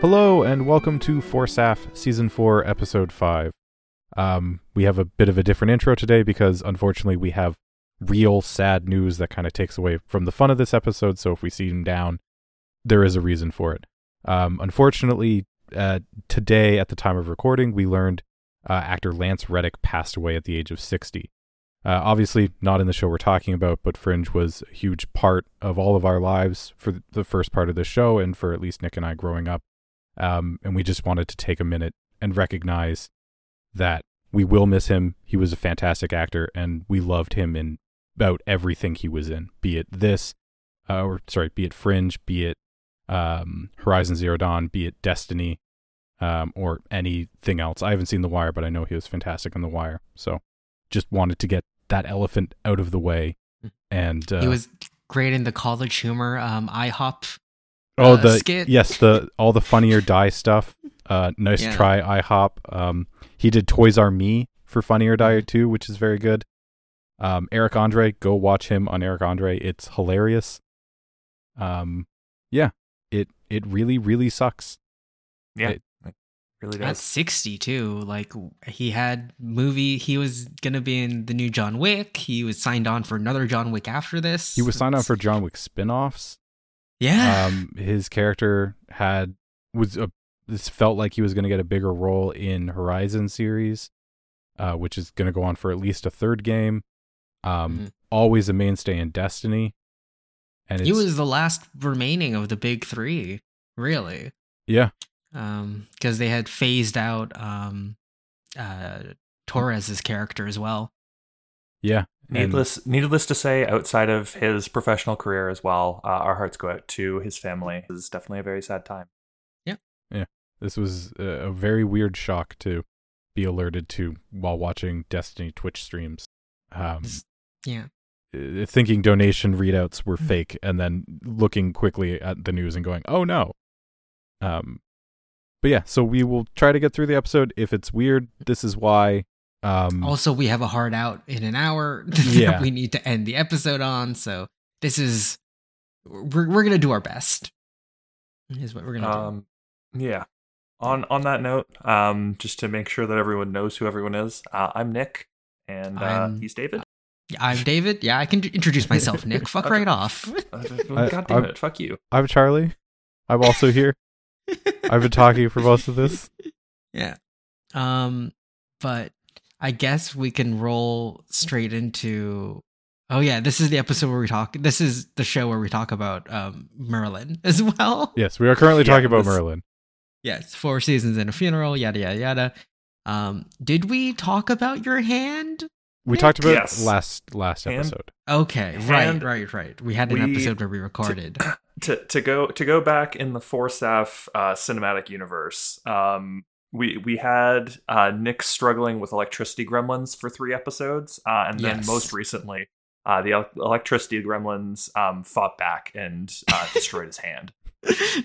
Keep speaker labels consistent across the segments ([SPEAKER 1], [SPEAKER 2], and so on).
[SPEAKER 1] Hello and welcome to Forsaf Season 4, Episode 5. Um, we have a bit of a different intro today because unfortunately we have real sad news that kind of takes away from the fun of this episode, so if we seem down, there is a reason for it. Um, unfortunately, uh, today at the time of recording, we learned uh, actor Lance Reddick passed away at the age of 60. Uh, obviously, not in the show we're talking about, but Fringe was a huge part of all of our lives for th- the first part of the show and for at least Nick and I growing up. Um, and we just wanted to take a minute and recognize that we will miss him. He was a fantastic actor and we loved him in about everything he was in, be it this, uh, or sorry, be it Fringe, be it um, Horizon Zero Dawn, be it Destiny, um, or anything else. I haven't seen The Wire, but I know he was fantastic in The Wire. So just wanted to get that elephant out of the way. And uh,
[SPEAKER 2] He was great in the College Humor um, IHOP.
[SPEAKER 1] Oh,
[SPEAKER 2] uh,
[SPEAKER 1] the
[SPEAKER 2] skit.
[SPEAKER 1] yes, the all the funnier die stuff. Uh, nice
[SPEAKER 2] Yeah.
[SPEAKER 1] try, IHOP. Um, he did Toys Are Me for Funnier Die
[SPEAKER 2] Mm-hmm.
[SPEAKER 1] too, which is very good. Um, Eric Andre, go watch him on Eric Andre. It's hilarious. Um, yeah, it it really really sucks.
[SPEAKER 3] Yeah,
[SPEAKER 1] It-
[SPEAKER 3] it, really
[SPEAKER 2] At
[SPEAKER 3] does.
[SPEAKER 2] 60 too, like he had movie. He was gonna be in the new John Wick. He was signed on for another John Wick after this.
[SPEAKER 1] He was signed on for John Wick spin-offs.
[SPEAKER 2] yeah.
[SPEAKER 1] um, his character had was a, this felt like he was going to get a bigger role in Horizon series, uh, which is going to go on for at least a third game. Um,
[SPEAKER 2] Mhm.
[SPEAKER 1] Always a mainstay in Destiny, and uh, it's,
[SPEAKER 2] he was the last remaining of the big three, really,
[SPEAKER 1] yeah,
[SPEAKER 2] because they had phased out um, uh, Torres's character as well.
[SPEAKER 1] yeah. and-
[SPEAKER 3] Needless, needless to say, outside of his professional career as well, uh, our hearts go out to his family. This is definitely a very sad time.
[SPEAKER 1] This was a, a very weird shock to be alerted to while watching Destiny Twitch streams. Um,
[SPEAKER 2] This- Yeah,
[SPEAKER 1] uh, thinking donation readouts were fake and then looking quickly at the news and going, "Oh no." Um but yeah, so we will try to get through the episode. If it's weird, this is why. Um
[SPEAKER 2] Also, we have a hard out in an hour
[SPEAKER 1] Yeah.
[SPEAKER 2] that we need to end the episode on. So this is we're we're gonna do our best. Is what we're gonna
[SPEAKER 3] Um, yeah. On on that note, um, just to make sure that everyone knows who everyone is, uh, I'm Nick, and uh,
[SPEAKER 2] I'm-
[SPEAKER 3] he's David.
[SPEAKER 2] do. I'm David. Yeah, I can introduce myself. Nick, fuck
[SPEAKER 3] Okay.
[SPEAKER 2] right off.
[SPEAKER 3] Uh,
[SPEAKER 1] I-
[SPEAKER 3] God damn
[SPEAKER 1] I-
[SPEAKER 3] it! Fuck you.
[SPEAKER 1] I'm Charlie. I'm also here. I've been talking for most of this.
[SPEAKER 2] Yeah. Um, but I guess we can roll straight into. Oh yeah, this is the episode where we talk. This is the show where we talk about um, Merlin as well.
[SPEAKER 1] Yes, we are currently
[SPEAKER 3] Yeah,
[SPEAKER 1] talking about
[SPEAKER 3] this-
[SPEAKER 1] Merlin.
[SPEAKER 2] Yes, four seasons and a funeral, yada yada yada. Um, did we talk about your hand?
[SPEAKER 1] We talked about
[SPEAKER 3] Yes.
[SPEAKER 1] last last
[SPEAKER 3] And-
[SPEAKER 1] episode.
[SPEAKER 2] Okay,
[SPEAKER 3] Hand.
[SPEAKER 2] right, right, right. We had an
[SPEAKER 3] We-
[SPEAKER 2] episode where we recorded.
[SPEAKER 3] To to go to go back in the Forsaf uh, cinematic universe. Um, we we had uh, Nick struggling with electricity gremlins for three episodes, uh, and then
[SPEAKER 2] Yes.
[SPEAKER 3] most recently, uh, the el- electricity gremlins um, fought back and uh, destroyed his hand.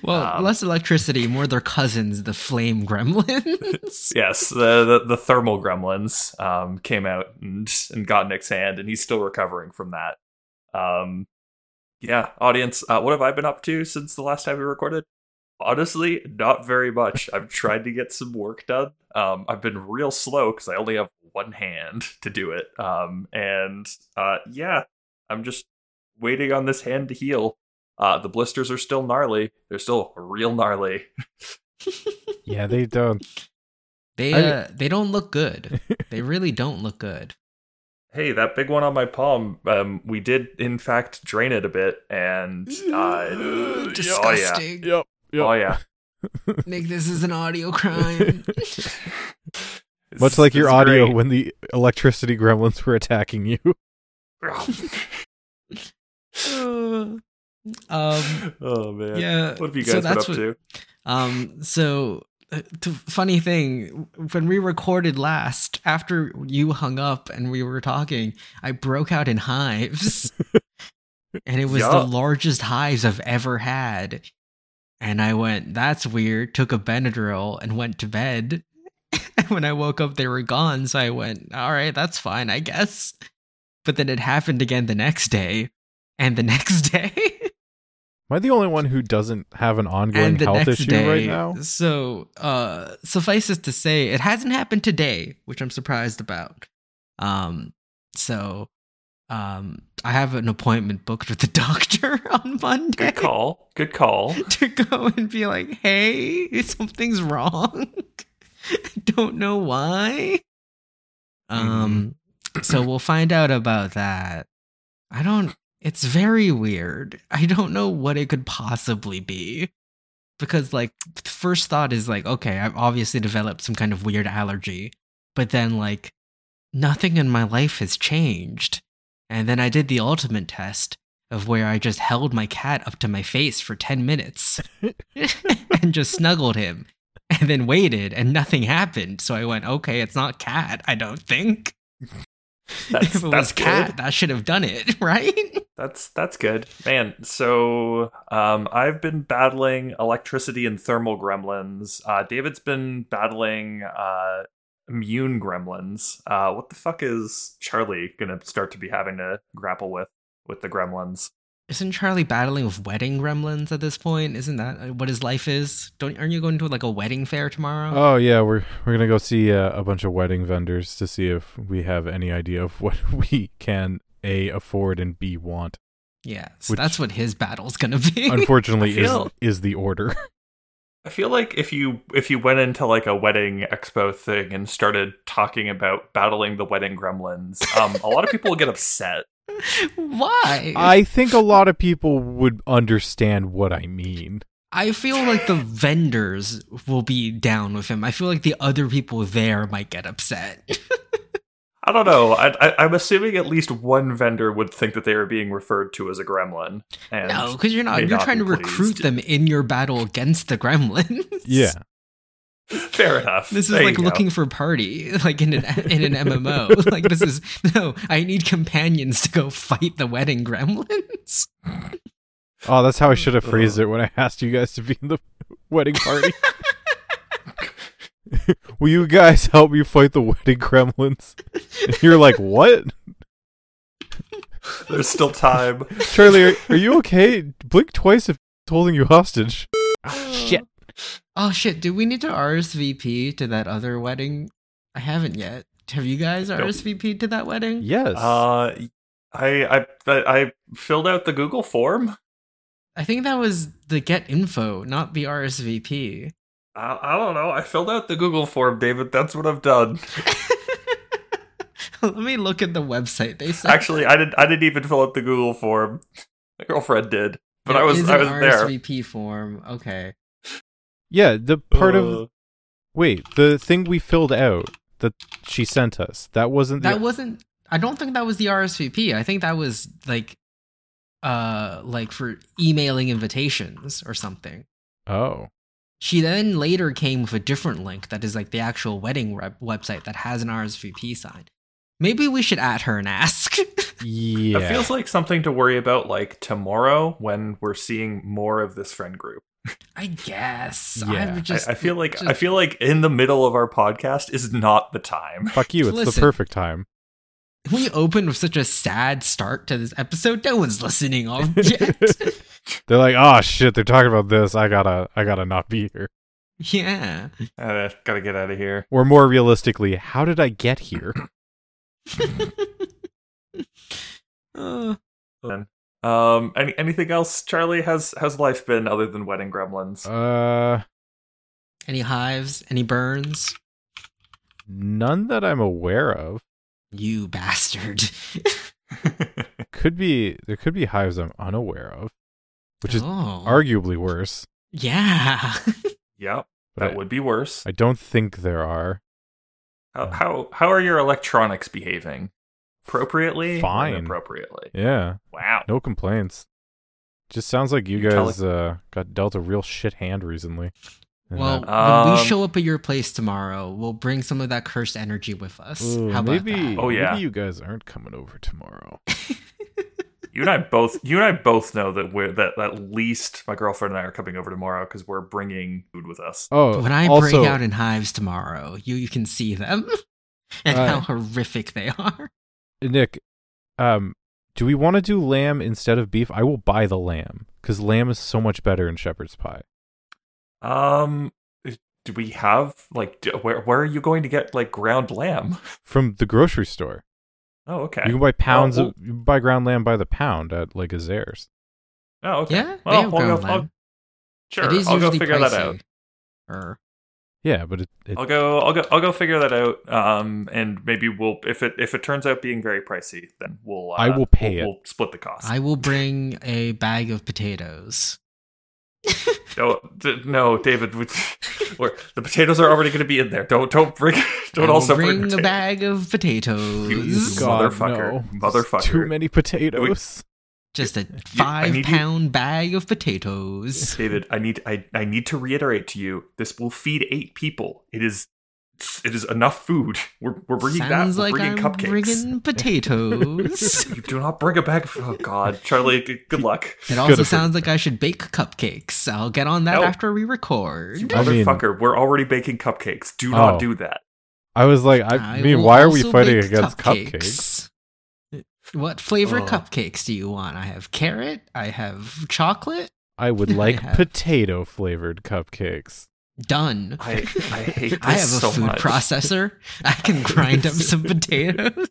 [SPEAKER 2] well,
[SPEAKER 3] Um,
[SPEAKER 2] less electricity, more their cousins, the flame gremlins.
[SPEAKER 3] Yes, the the, the thermal gremlins um, came out and and got Nick's hand, and he's still recovering from that. Um, yeah, audience, uh, what have I been up to since the last time we recorded? Honestly, not very much. I've tried to get some work done. Um, I've been real slow because I only have one hand to do it. Um, and uh, yeah, I'm just waiting on this hand to heal. Uh, the blisters are still gnarly. They're still real gnarly.
[SPEAKER 1] Yeah, they don't.
[SPEAKER 2] They
[SPEAKER 1] I-
[SPEAKER 2] uh, they don't look good. They really don't look good.
[SPEAKER 3] hey, that big one on my palm, um, we did in fact drain it a bit, and uh,
[SPEAKER 2] Disgusting.
[SPEAKER 1] Yep.
[SPEAKER 3] Oh yeah, oh yeah.
[SPEAKER 2] Nick, this is an audio crime.
[SPEAKER 3] It's-
[SPEAKER 1] Much like your
[SPEAKER 3] it's
[SPEAKER 1] audio
[SPEAKER 3] great.
[SPEAKER 1] when the electricity gremlins were attacking you.
[SPEAKER 3] Um,
[SPEAKER 2] Uh, um,
[SPEAKER 3] oh man,
[SPEAKER 2] yeah.
[SPEAKER 3] What have you
[SPEAKER 2] so
[SPEAKER 3] guys been
[SPEAKER 2] that's
[SPEAKER 3] up
[SPEAKER 2] what-
[SPEAKER 3] to?
[SPEAKER 2] Um, so uh, t- funny thing, when we recorded last, after you hung up and we were talking, I broke out in hives, and it was
[SPEAKER 3] Yeah.
[SPEAKER 2] the largest hives I've ever had. And I went, that's weird. Took a Benadryl and went to bed. when I woke up, they were gone. So I went, all right, that's fine, I guess. But then it happened again the next day, and the next day.
[SPEAKER 1] Am I the only one who doesn't have an ongoing health issue right now?
[SPEAKER 2] So uh, suffice it to say, it hasn't happened today, which I'm surprised about. Um, so um, I have an appointment booked with the doctor on Monday
[SPEAKER 3] Good call. Good call.
[SPEAKER 2] to go and be like, "Hey, something's wrong. I don't know why." Um, so we'll find out about that. I don't. It's very weird. I don't know what it could possibly be, because like the first thought is like, okay, I've obviously developed some kind of weird allergy, but then like nothing in my life has changed. And then I did the ultimate test of where I just held my cat up to my face for 10 minutes and just snuggled him and then waited and nothing happened. So I went, okay, it's not cat, I don't think.
[SPEAKER 3] That's,
[SPEAKER 2] if it
[SPEAKER 3] that's
[SPEAKER 2] was cat,
[SPEAKER 3] good.
[SPEAKER 2] that should have done it, right?
[SPEAKER 3] That's that's good, man. So um, I've been battling electricity and thermal gremlins. Uh, David's been battling uh, immune gremlins. Uh, what the fuck is Charlie gonna start to be having to grapple with with the gremlins?
[SPEAKER 2] Isn't Charlie battling with wedding gremlins at this point? Isn't that uh, what his life is? Don't aren't you going to like a wedding fair tomorrow?
[SPEAKER 1] Oh yeah, we're we're gonna go see uh, a bunch of wedding vendors to see if we have any idea of what we can a afford and b want.
[SPEAKER 2] yeah, so
[SPEAKER 1] which-
[SPEAKER 2] that's what his battle's gonna be.
[SPEAKER 1] Unfortunately,
[SPEAKER 3] I
[SPEAKER 1] is
[SPEAKER 3] feel-
[SPEAKER 1] is the order.
[SPEAKER 3] I feel like if you if you went into like a wedding expo thing and started talking about battling the wedding gremlins, um, a lot of people would get upset.
[SPEAKER 2] Why?
[SPEAKER 1] I think a lot of people would understand what I mean.
[SPEAKER 2] I feel like the vendors will be down with him. I feel like the other people there might get upset.
[SPEAKER 3] I don't know. I, I, I'm assuming at least one vendor would think that they were being referred to as a gremlin. And
[SPEAKER 2] no, because you're
[SPEAKER 3] may
[SPEAKER 2] not. You're
[SPEAKER 3] not
[SPEAKER 2] trying
[SPEAKER 3] be
[SPEAKER 2] to recruit
[SPEAKER 3] pleased.
[SPEAKER 2] them in your battle against the gremlins.
[SPEAKER 1] Yeah,
[SPEAKER 3] fair enough.
[SPEAKER 2] This is
[SPEAKER 3] There
[SPEAKER 2] like
[SPEAKER 3] you go.
[SPEAKER 2] looking for party, like in an in an MMO. like this is no. I need companions to go fight the wedding gremlins.
[SPEAKER 1] Oh, that's how I should have phrased it when I asked you guys to be in the wedding party. Will you guys help me fight the wedding gremlins? And you're like, what?
[SPEAKER 3] There's still time.
[SPEAKER 1] Charlie, are, are you okay? Blink twice if it's holding you hostage.
[SPEAKER 3] Ah,
[SPEAKER 1] shit.
[SPEAKER 2] Oh shit! Do we need to RSVP to that other wedding? I haven't yet. Have you guys RSVP'd to that wedding?
[SPEAKER 1] Yes.
[SPEAKER 3] Uh, I, I I filled out the Google form.
[SPEAKER 2] I think that was the get info, not the RSVP.
[SPEAKER 3] I, I don't know. I filled out the Google form, David. That's what I've done.
[SPEAKER 2] Let me look at the website they sent.
[SPEAKER 3] Actually, I didn't. I didn't even fill out the Google form. My girlfriend did, but I
[SPEAKER 2] There
[SPEAKER 3] was
[SPEAKER 2] is
[SPEAKER 3] I
[SPEAKER 2] an
[SPEAKER 3] was there.
[SPEAKER 2] RSVP form. Okay.
[SPEAKER 1] yeah, the part
[SPEAKER 3] Uh,
[SPEAKER 1] of wait, the thing we filled out that she sent us. That wasn't the
[SPEAKER 2] That wasn't. I don't think that was the RSVP. I think that was like, uh, like for emailing invitations or something.
[SPEAKER 1] Oh.
[SPEAKER 2] She then later came with a different link that is like the actual wedding web- website that has an RSVP sign. Maybe we should at her and ask.
[SPEAKER 1] Yeah.
[SPEAKER 3] That feels like something to worry about, like tomorrow when we're seeing more of this friend group.
[SPEAKER 2] I guess.
[SPEAKER 1] Yeah,
[SPEAKER 2] I would
[SPEAKER 3] I-
[SPEAKER 2] just.
[SPEAKER 3] I, feel like I
[SPEAKER 2] just-
[SPEAKER 3] feel like in the middle of our podcast is not the time.
[SPEAKER 1] Fuck you, it's the
[SPEAKER 2] Listen.
[SPEAKER 1] perfect time.
[SPEAKER 2] We opened with such a sad start to this episode. No one's listening off yet.
[SPEAKER 1] They're like, oh shit, they're talking about this. I gotta I gotta not be here.
[SPEAKER 2] yeah.
[SPEAKER 3] Uh, gotta get out of here.
[SPEAKER 1] Or more realistically, how did I get here?
[SPEAKER 2] Uh,
[SPEAKER 1] Oh.
[SPEAKER 3] Um, any, anything else, Charlie? Has has life been other than wedding gremlins?
[SPEAKER 1] Uh
[SPEAKER 2] any hives? Any burns?
[SPEAKER 1] none that I'm aware of.
[SPEAKER 2] You bastard.
[SPEAKER 1] Could be there could be hives I'm unaware of, which is
[SPEAKER 2] oh.
[SPEAKER 1] arguably worse.
[SPEAKER 2] Yeah.
[SPEAKER 3] yep,
[SPEAKER 1] But
[SPEAKER 3] that
[SPEAKER 1] I,
[SPEAKER 3] would be worse.
[SPEAKER 1] I don't think there are.
[SPEAKER 3] How, how how are your electronics behaving? Appropriately, or
[SPEAKER 1] Fine.
[SPEAKER 3] Appropriately.
[SPEAKER 1] Yeah,
[SPEAKER 3] Wow.
[SPEAKER 1] no complaints. Just sounds like you
[SPEAKER 3] You're telling-
[SPEAKER 1] guys uh, got dealt a real shit hand recently. And
[SPEAKER 2] Well,
[SPEAKER 1] that-
[SPEAKER 2] when we
[SPEAKER 3] Um,
[SPEAKER 2] show up at your place tomorrow, we'll bring some of that cursed energy with us.
[SPEAKER 1] Ooh,
[SPEAKER 2] How about
[SPEAKER 1] maybe,
[SPEAKER 2] that?
[SPEAKER 3] Oh, yeah.
[SPEAKER 1] maybe you guys aren't coming over tomorrow.
[SPEAKER 3] You and I both. You and I both know that we're that at least my girlfriend and I are coming over tomorrow because we're bringing food with us.
[SPEAKER 1] Oh,
[SPEAKER 2] When I
[SPEAKER 1] also,
[SPEAKER 2] break out in hives tomorrow, you, you can see them and
[SPEAKER 1] Uh,
[SPEAKER 2] how horrific they are.
[SPEAKER 1] Nick, um, Do we want to do lamb instead of beef? I will buy the lamb because lamb is so much better in shepherd's pie. Oh.
[SPEAKER 3] Um, do we have like do, where where are you going to get like ground lamb?
[SPEAKER 1] From the grocery store,
[SPEAKER 3] Oh, okay.
[SPEAKER 1] you can buy pounds.
[SPEAKER 3] Well,
[SPEAKER 1] of, you can buy ground lamb by the pound at like Azaire's.
[SPEAKER 3] oh, okay.
[SPEAKER 2] Yeah,
[SPEAKER 3] Well,
[SPEAKER 2] they have
[SPEAKER 3] I'll go-
[SPEAKER 2] ground
[SPEAKER 3] I'll-
[SPEAKER 2] lamb.
[SPEAKER 3] sure, I'll go figure that out.
[SPEAKER 2] Or
[SPEAKER 1] Yeah, but it, it,
[SPEAKER 3] I'll go. I'll go. I'll go figure that out. Um, and maybe we'll if it if it turns out being very pricey, then we'll. Uh,
[SPEAKER 1] I will pay
[SPEAKER 3] we'll,
[SPEAKER 1] it.
[SPEAKER 3] We'll split the cost.
[SPEAKER 2] I will bring a bag of potatoes.
[SPEAKER 3] No, d- no, David. We, we're, the potatoes are already going to be in there. Don't don't bring.
[SPEAKER 2] I
[SPEAKER 3] Don't
[SPEAKER 2] will
[SPEAKER 3] also
[SPEAKER 2] bring
[SPEAKER 3] bring
[SPEAKER 2] a bag of
[SPEAKER 3] You
[SPEAKER 2] potatoes.
[SPEAKER 3] God. motherfucker. Motherfucker.
[SPEAKER 1] Too many potatoes.
[SPEAKER 2] Just a five
[SPEAKER 3] need you-
[SPEAKER 2] pound bag of potatoes.
[SPEAKER 3] David, I need I, I need to reiterate to you. This will feed eight people. It is it is enough food. We're we're bringing
[SPEAKER 2] Sounds
[SPEAKER 3] that. We're
[SPEAKER 2] like I'm
[SPEAKER 3] bringing cupcakes.
[SPEAKER 2] bringing potatoes.
[SPEAKER 3] you do not bring a bag. Of, oh God, Charlie. g- Good luck.
[SPEAKER 2] It also
[SPEAKER 1] Good.
[SPEAKER 2] sounds like I should bake cupcakes. I'll get on that
[SPEAKER 3] No.
[SPEAKER 2] after we record.
[SPEAKER 3] You
[SPEAKER 1] I mean-
[SPEAKER 3] motherfucker, we're already baking cupcakes. Do not
[SPEAKER 1] Oh.
[SPEAKER 3] do that.
[SPEAKER 1] I was like, I,
[SPEAKER 2] I
[SPEAKER 1] mean,
[SPEAKER 2] will
[SPEAKER 1] why are we
[SPEAKER 2] also
[SPEAKER 1] fighting
[SPEAKER 2] bake
[SPEAKER 1] against cupcakes?
[SPEAKER 2] What flavor
[SPEAKER 3] Ugh.
[SPEAKER 2] cupcakes do you want? I have carrot. I have chocolate.
[SPEAKER 1] I would like
[SPEAKER 2] have-
[SPEAKER 1] potato flavored cupcakes.
[SPEAKER 2] Done.
[SPEAKER 3] I, I hate this
[SPEAKER 2] I have a
[SPEAKER 3] so
[SPEAKER 2] food
[SPEAKER 3] much.
[SPEAKER 2] processor. I can grind up some potatoes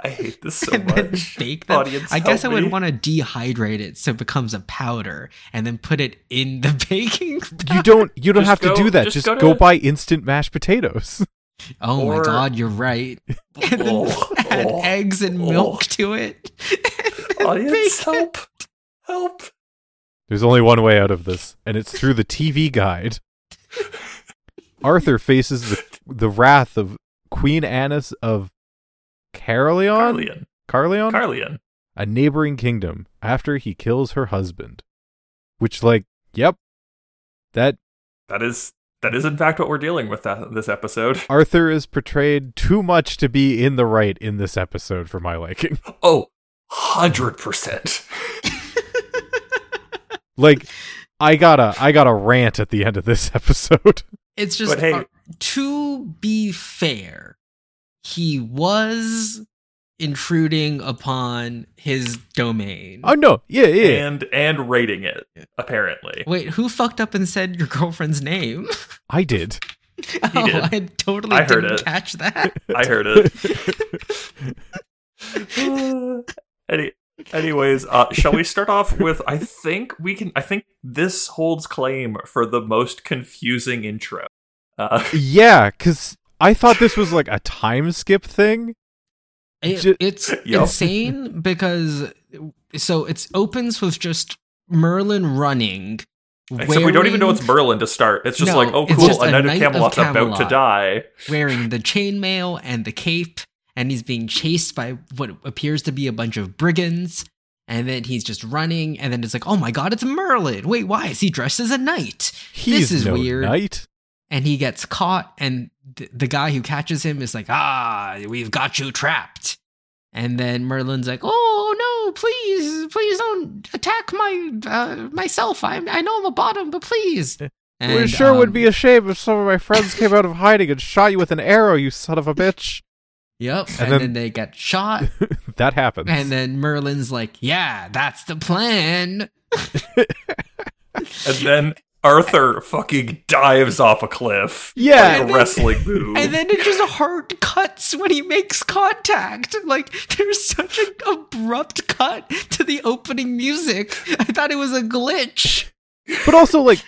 [SPEAKER 3] I hate this so
[SPEAKER 2] and then
[SPEAKER 3] much.
[SPEAKER 2] bake them.
[SPEAKER 3] Audience,
[SPEAKER 2] I guess I
[SPEAKER 3] help
[SPEAKER 2] would
[SPEAKER 3] me.
[SPEAKER 2] want to dehydrate it so it becomes a powder and then put it in the baking.
[SPEAKER 1] You don't. You don't
[SPEAKER 3] Just
[SPEAKER 1] have
[SPEAKER 3] go-
[SPEAKER 1] to do that.
[SPEAKER 3] just
[SPEAKER 1] Just,
[SPEAKER 3] go
[SPEAKER 1] go
[SPEAKER 3] to-
[SPEAKER 1] buy instant mashed potatoes.
[SPEAKER 2] Oh my
[SPEAKER 3] Or-
[SPEAKER 2] god, you're right. And then
[SPEAKER 3] Oh,
[SPEAKER 2] add
[SPEAKER 3] oh,
[SPEAKER 2] eggs and
[SPEAKER 3] oh.
[SPEAKER 2] milk to it. and then
[SPEAKER 3] Audience,
[SPEAKER 2] bake it.
[SPEAKER 3] help! Help!
[SPEAKER 1] There's only one way out of this, and it's through the TV guide. Arthur faces the, the wrath of Queen Annis of Carleon,
[SPEAKER 3] Carlian.
[SPEAKER 1] Carleon,
[SPEAKER 2] Um,
[SPEAKER 3] Carlian.
[SPEAKER 1] a neighboring kingdom, after he kills her husband. Which, like, yep, that
[SPEAKER 3] That is that is in fact what we're dealing with that, this episode.
[SPEAKER 1] Arthur is portrayed too much to be in the right in this episode for my liking.
[SPEAKER 3] Oh, 100%.
[SPEAKER 1] Like, I gotta, I gotta rant at the end of this episode.
[SPEAKER 2] It's just
[SPEAKER 3] But hey-
[SPEAKER 2] uh, to be fair, he was intruding upon his domain.
[SPEAKER 1] Oh no, yeah, yeah.
[SPEAKER 3] And and rating it apparently.
[SPEAKER 2] Wait, who fucked up and said your girlfriend's name?
[SPEAKER 1] I did.
[SPEAKER 2] oh,
[SPEAKER 3] did.
[SPEAKER 2] I totally
[SPEAKER 3] I heard
[SPEAKER 2] didn't
[SPEAKER 3] it.
[SPEAKER 2] catch that.
[SPEAKER 3] I heard it. Any, anyways, uh, shall we start off with I think we can I think this holds claim for the most confusing intro. Uh,
[SPEAKER 1] Yeah, because I thought this was like a time skip thing.
[SPEAKER 2] It-
[SPEAKER 1] Ju-
[SPEAKER 2] it's
[SPEAKER 3] Yup.
[SPEAKER 2] insane because so it's opens with just Merlin running.
[SPEAKER 3] except we don't even know
[SPEAKER 2] wearing-
[SPEAKER 3] it's Merlin to start. It's just
[SPEAKER 2] No,
[SPEAKER 3] like, oh
[SPEAKER 2] it's
[SPEAKER 3] cool,
[SPEAKER 2] just
[SPEAKER 3] a
[SPEAKER 2] a
[SPEAKER 3] knight of
[SPEAKER 2] knight of
[SPEAKER 3] Camelot's about to
[SPEAKER 2] Camelot.
[SPEAKER 3] die.
[SPEAKER 2] wearing the chainmail and the cape, and he's being chased by what appears to be a bunch of brigands. And then he's just running, and then it's like, oh my god, it's Merlin. Wait, why is he dressed as a knight?
[SPEAKER 1] He's
[SPEAKER 2] is
[SPEAKER 1] no
[SPEAKER 2] weird.
[SPEAKER 1] knight.
[SPEAKER 2] And he gets caught, and th- the guy who catches him is like, ah, we've got you trapped. And then Merlin's like, oh no, please, please don't attack my uh, myself. I I know I'm a bottom, but please. And,
[SPEAKER 1] it sure would
[SPEAKER 2] um,
[SPEAKER 1] be a shame if some of my friends came out of hiding and shot you with an arrow, you son of a bitch.
[SPEAKER 2] Yep.
[SPEAKER 1] and
[SPEAKER 2] And,
[SPEAKER 1] then-
[SPEAKER 2] then they get shot.
[SPEAKER 1] that happens.
[SPEAKER 2] And then Merlin's like, "Yeah, that's the plan."
[SPEAKER 3] And then Arthur fucking dives off a cliff.
[SPEAKER 1] Yeah.
[SPEAKER 3] Like
[SPEAKER 2] And
[SPEAKER 3] a
[SPEAKER 2] then-
[SPEAKER 3] wrestling move.
[SPEAKER 2] And then it just hard cuts when he makes contact. Like there's such an abrupt cut to the opening music. I thought it was a glitch.
[SPEAKER 1] but also, like,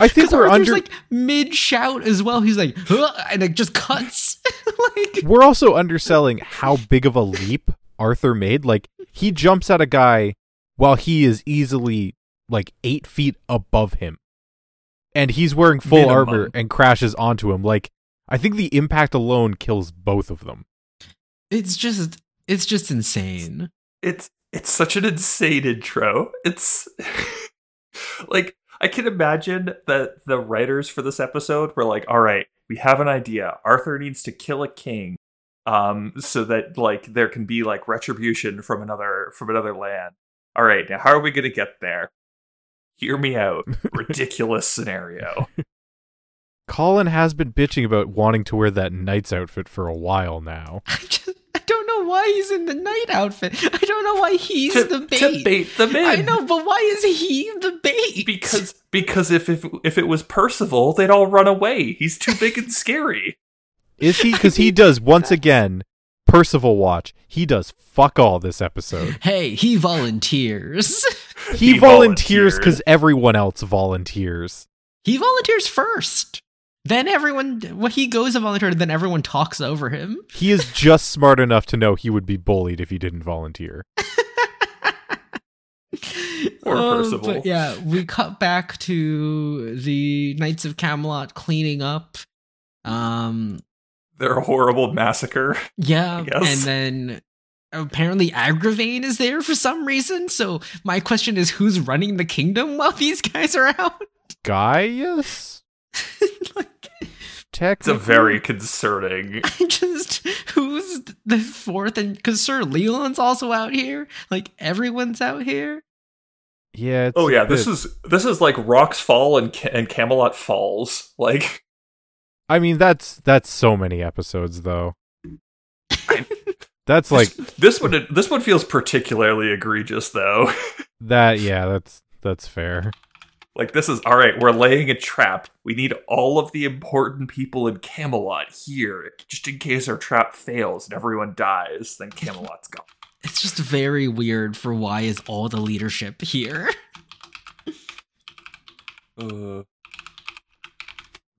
[SPEAKER 1] I think
[SPEAKER 2] Because
[SPEAKER 1] we're
[SPEAKER 2] Arthur's
[SPEAKER 1] under.
[SPEAKER 2] like mid shout as well. He's like, "Huh," and it just cuts. like
[SPEAKER 1] we're also underselling how big of a leap Arthur made. Like, he jumps at a guy while he is easily like eight feet above him, and he's wearing full
[SPEAKER 3] Minimum.
[SPEAKER 1] armor and crashes onto him. Like, I think the impact alone kills both of them.
[SPEAKER 2] it's just it's just insane.
[SPEAKER 3] it's it's such an insane intro. It's like I can imagine that the writers for this episode were like, "All right, we have an idea. Arthur needs to kill a king, um, so that like there can be like retribution from another from another land. All right, now how are we gonna get there? Hear me out. Ridiculous scenario.
[SPEAKER 1] Colin has been bitching about wanting to wear that knight's outfit for a while now.
[SPEAKER 2] I just I don't know know why he's in the night outfit. I don't know why he's
[SPEAKER 3] to,
[SPEAKER 2] the bait.
[SPEAKER 3] to bait them in.
[SPEAKER 2] I know, but why is he the bait?
[SPEAKER 3] because because if, if if it was Percival, they'd all run away. He's too big and scary.
[SPEAKER 1] Is he? Because he does once again. Percival watch. He does fuck all this episode.
[SPEAKER 2] hey, he volunteers.
[SPEAKER 1] He,
[SPEAKER 3] He
[SPEAKER 1] volunteers
[SPEAKER 3] volunteered.
[SPEAKER 1] because everyone else volunteers.
[SPEAKER 2] he volunteers first. Then everyone, well, he goes a volunteer, then everyone talks over him.
[SPEAKER 1] He is just smart enough to know he would be bullied if he didn't volunteer.
[SPEAKER 3] Poor
[SPEAKER 2] Oh,
[SPEAKER 3] Percival.
[SPEAKER 2] but yeah, we cut back to the Knights of Camelot cleaning up. Um,
[SPEAKER 3] They're a horrible massacre.
[SPEAKER 2] yeah,
[SPEAKER 3] I
[SPEAKER 2] and
[SPEAKER 3] guess.
[SPEAKER 2] then apparently Agravain is there for some reason. So my question is, who's running the kingdom while these guys are out?
[SPEAKER 1] Gaius?
[SPEAKER 2] like,
[SPEAKER 1] Technically?
[SPEAKER 3] It's a very concerning.
[SPEAKER 2] I just who's the fourth and because Sir Leland's also out here. Like everyone's out here.
[SPEAKER 1] Yeah. It's
[SPEAKER 3] Oh
[SPEAKER 1] a
[SPEAKER 3] yeah, this
[SPEAKER 1] bit-
[SPEAKER 3] is this is like Rocks Fall and Ca- and Camelot Falls. Like
[SPEAKER 1] I mean, that's that's so many episodes though. that's like
[SPEAKER 3] this, this one this one feels particularly egregious though.
[SPEAKER 1] that. Yeah, that's that's fair.
[SPEAKER 3] Like this is all right. We're laying a trap. We need all of the important people in Camelot here, just in case our trap fails and everyone dies. Then Camelot's gone.
[SPEAKER 2] It's just very weird for why is all the leadership here.
[SPEAKER 3] Uh,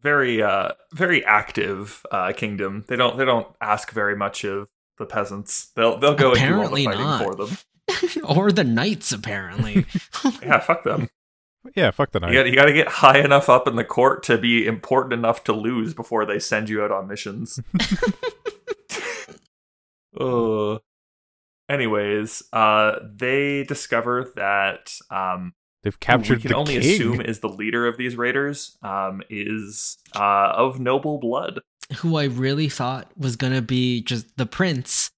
[SPEAKER 3] very, uh, very active uh, kingdom. They don't they don't ask very much of the peasants. They'll they'll go
[SPEAKER 2] Apparently
[SPEAKER 3] and do all the
[SPEAKER 2] not.
[SPEAKER 3] fighting for them.
[SPEAKER 2] or the knights apparently.
[SPEAKER 3] Yeah, fuck them.
[SPEAKER 1] Yeah, fuck the
[SPEAKER 3] You
[SPEAKER 1] night.
[SPEAKER 3] got you got to get high enough up in the court to be important enough to lose before they send you out on missions. uh, anyways, uh, they discover that um,
[SPEAKER 1] They've
[SPEAKER 3] who
[SPEAKER 1] captured
[SPEAKER 3] we can
[SPEAKER 1] the
[SPEAKER 3] only
[SPEAKER 1] king.
[SPEAKER 3] assume is the leader of these raiders um, is uh, of noble blood.
[SPEAKER 2] Who I really thought was gonna be just the prince,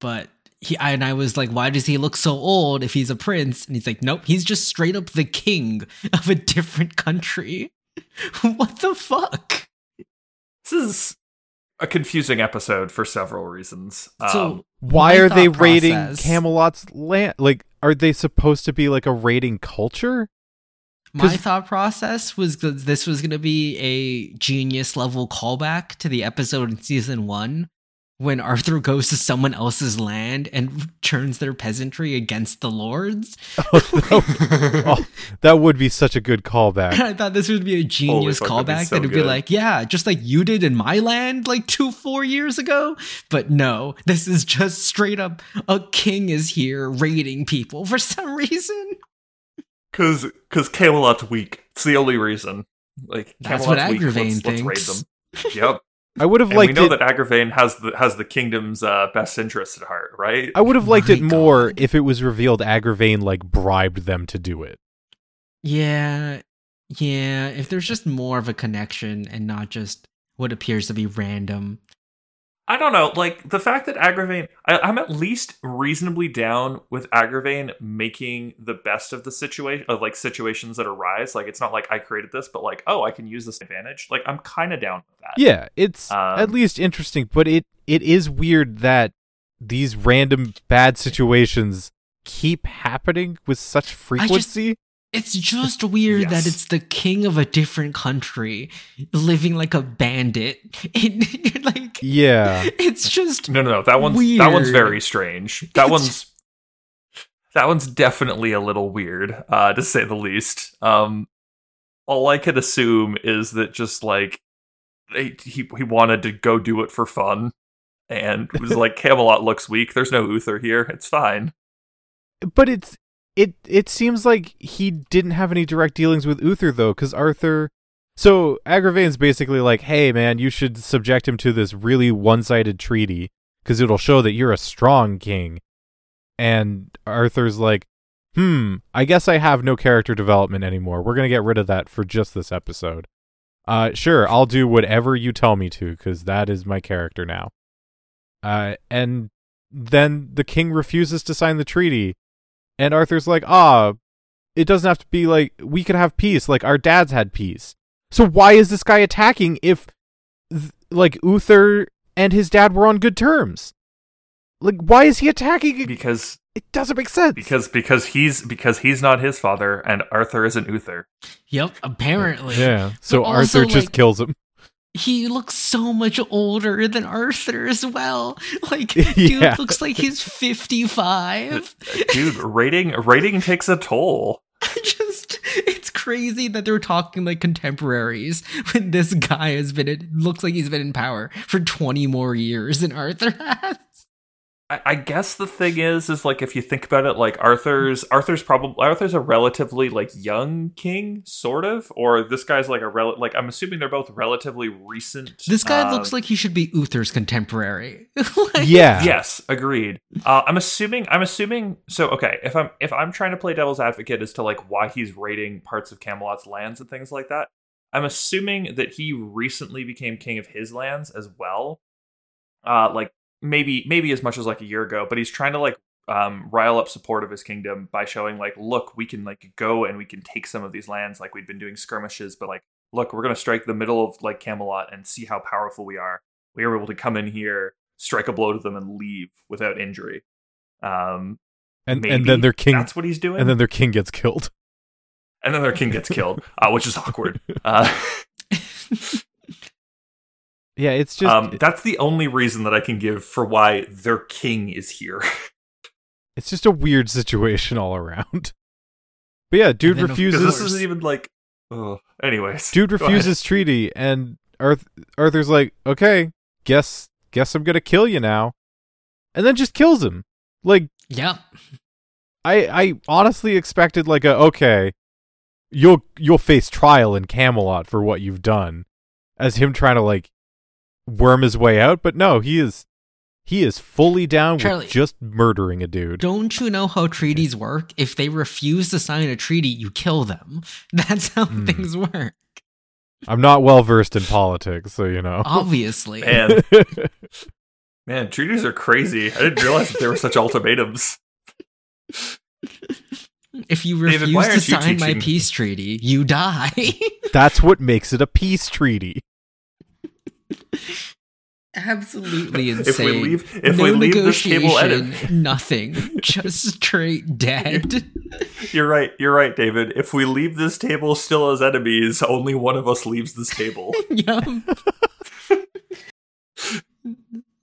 [SPEAKER 2] but he I, and I was like, why does he look so old if he's a prince? And he's like, nope, he's just straight up the king of a different country. what the fuck?
[SPEAKER 3] This is a confusing episode for several reasons. Um,
[SPEAKER 2] so
[SPEAKER 1] Why
[SPEAKER 2] my
[SPEAKER 1] are they
[SPEAKER 2] thought
[SPEAKER 1] raiding
[SPEAKER 2] process-
[SPEAKER 1] Camelot's land? Like, are they supposed to be like a raiding culture?
[SPEAKER 2] My
[SPEAKER 1] 'Cause-
[SPEAKER 2] thought process was that this was going to be a genius level callback to the episode in season one when Arthur goes to someone else's land and turns their peasantry against the lords.
[SPEAKER 1] Oh, that would be such a good callback.
[SPEAKER 2] And I thought this would be a genius
[SPEAKER 3] fuck, that'd be
[SPEAKER 2] callback
[SPEAKER 3] so
[SPEAKER 2] that would be
[SPEAKER 3] good.
[SPEAKER 2] like, yeah, just like you did in my land like two, four years ago. But no, this is just straight up a king is here raiding people for some reason.
[SPEAKER 3] because because Camelot's weak. It's the only reason. Like
[SPEAKER 2] That's
[SPEAKER 3] Camelot's
[SPEAKER 2] what
[SPEAKER 3] weak.
[SPEAKER 2] Agravain
[SPEAKER 3] let's, let's raid
[SPEAKER 2] thinks.
[SPEAKER 3] them. Yep.
[SPEAKER 1] I would have
[SPEAKER 3] and we
[SPEAKER 1] liked
[SPEAKER 3] know
[SPEAKER 1] it.
[SPEAKER 3] that Agravain has the has the kingdom's uh, best interests at heart, right?
[SPEAKER 1] I would have liked
[SPEAKER 2] My
[SPEAKER 1] it more
[SPEAKER 2] God.
[SPEAKER 1] if it was revealed Agravain like bribed them to do it.
[SPEAKER 2] Yeah, yeah. If there's just more of a connection and not just what appears to be random.
[SPEAKER 3] I don't know. Like the fact that Agravain, I, I'm at least reasonably down with Agravain making the best of the situation of like situations that arise. Like it's not like I created this, but like oh, I can use this advantage. Like I'm kind of down with
[SPEAKER 2] Uh,
[SPEAKER 3] that.
[SPEAKER 1] Yeah, it's at
[SPEAKER 3] Um,
[SPEAKER 1] least interesting, but it it is weird that these random bad situations keep happening with such frequency.
[SPEAKER 2] It's just weird
[SPEAKER 3] Yes.
[SPEAKER 2] that it's the king of a different country living like a bandit. It, like
[SPEAKER 1] Yeah.
[SPEAKER 2] it's just
[SPEAKER 3] No, no, no. That one's that one's
[SPEAKER 2] Weird.
[SPEAKER 3] very strange. That
[SPEAKER 2] It's-
[SPEAKER 3] one's that one's definitely a little weird, uh, to say the least. Um, all I could assume is that just like they, he he wanted to go do it for fun, and it was like Camelot looks weak. There's no Uther here. It's fine.
[SPEAKER 1] But it's it it seems like he didn't have any direct dealings with Uther though cuz Arthur so Agravain's basically like, "Hey man, you should subject him to this really one-sided treaty cuz it'll show that you're a strong king." And Arthur's like, "Hmm, I guess I have no character development anymore. We're going to get rid of that for just this episode." Uh sure, I'll do whatever you tell me to cuz that is my character now. Uh and then the king refuses to sign the treaty and Arthur's like, ah, it doesn't have to be like we could have peace, like our dads had peace. So why is this guy attacking if, th- like, Uther and his dad were on good terms? Like, why is he attacking? It,
[SPEAKER 3] because
[SPEAKER 1] it doesn't make sense.
[SPEAKER 3] because because he's because he's not his father, and Arthur isn't Uther.
[SPEAKER 2] Yep, apparently.
[SPEAKER 1] yeah, so
[SPEAKER 2] also,
[SPEAKER 1] Arthur just
[SPEAKER 2] like-
[SPEAKER 1] kills him.
[SPEAKER 2] He looks so much older than Arthur as well. Like,
[SPEAKER 1] Yeah.
[SPEAKER 2] dude looks like he's 55.
[SPEAKER 3] Dude, rating rating takes a toll.
[SPEAKER 2] Just, it's crazy that they're talking like contemporaries when this guy has been, in, looks like he's been in power for 20 more years than Arthur has.
[SPEAKER 3] I, I guess the thing is, is like if you think about it, like Arthur's Arthur's probably Arthur's a relatively like young king, sort of, or this guy's like a rel like I'm assuming they're both relatively recent.
[SPEAKER 2] This guy
[SPEAKER 3] uh,
[SPEAKER 2] looks like he should be Uther's contemporary. Like-
[SPEAKER 1] Yeah,
[SPEAKER 3] Yes, agreed. Uh, I'm assuming. I'm assuming. So, okay, if I'm if I'm trying to play devil's advocate as to like why he's raiding parts of Camelot's lands and things like that, I'm assuming that he recently became king of his lands as well. Uh, like maybe maybe as much as like a year ago, but he's trying to like um rile up support of his kingdom by showing like, look, we can like go and we can take some of these lands. Like we've been doing skirmishes, but like, look, we're gonna strike the middle of like Camelot and see how powerful we are. We are able to come in here strike a blow to them and leave without injury. Um,
[SPEAKER 1] and
[SPEAKER 3] maybe
[SPEAKER 1] and then their king,
[SPEAKER 3] that's what he's doing,
[SPEAKER 1] and then their king gets killed.
[SPEAKER 3] and then their king gets killed, uh, which is awkward. Uh,
[SPEAKER 1] Yeah, it's just
[SPEAKER 3] um, that's the only reason that I can give for why their king is here.
[SPEAKER 1] it's just a weird situation all around. But yeah, dude
[SPEAKER 2] then, of
[SPEAKER 1] refuses.
[SPEAKER 3] Because
[SPEAKER 2] course-
[SPEAKER 3] this isn't even like. Ugh. Anyways,
[SPEAKER 1] Dude
[SPEAKER 3] go ahead.
[SPEAKER 1] refuses treaty, and Arth- Arthur's like, "Okay, guess guess I'm gonna kill you now," and then just kills him. Like
[SPEAKER 2] Yep.
[SPEAKER 1] I I honestly expected like a okay, you'll you'll face trial in Camelot for what you've done, as him trying to like worm his way out. But no, he is he is fully down
[SPEAKER 2] Charlie.
[SPEAKER 1] with just murdering a dude.
[SPEAKER 2] Don't you know how treaties work? If they refuse to sign a treaty, you kill them. That's how
[SPEAKER 1] Hmm.
[SPEAKER 2] things work.
[SPEAKER 1] I'm not well versed in politics, so you know.
[SPEAKER 2] Obviously.
[SPEAKER 3] Man, man, treaties are crazy. I didn't realize that there were such ultimatums.
[SPEAKER 2] If you
[SPEAKER 3] David,
[SPEAKER 2] refuse
[SPEAKER 3] why
[SPEAKER 2] to
[SPEAKER 3] aren't you
[SPEAKER 2] sign my
[SPEAKER 3] teaching-
[SPEAKER 2] peace treaty, you die.
[SPEAKER 1] That's what makes it a peace treaty.
[SPEAKER 2] Absolutely insane.
[SPEAKER 3] If we leave, if
[SPEAKER 2] no
[SPEAKER 3] we leave this table
[SPEAKER 2] negotiation,
[SPEAKER 3] edit,
[SPEAKER 2] nothing. Just straight dead.
[SPEAKER 3] You're right. You're right, David. If we leave this table still as enemies, only one of us leaves this table.
[SPEAKER 2] Yum.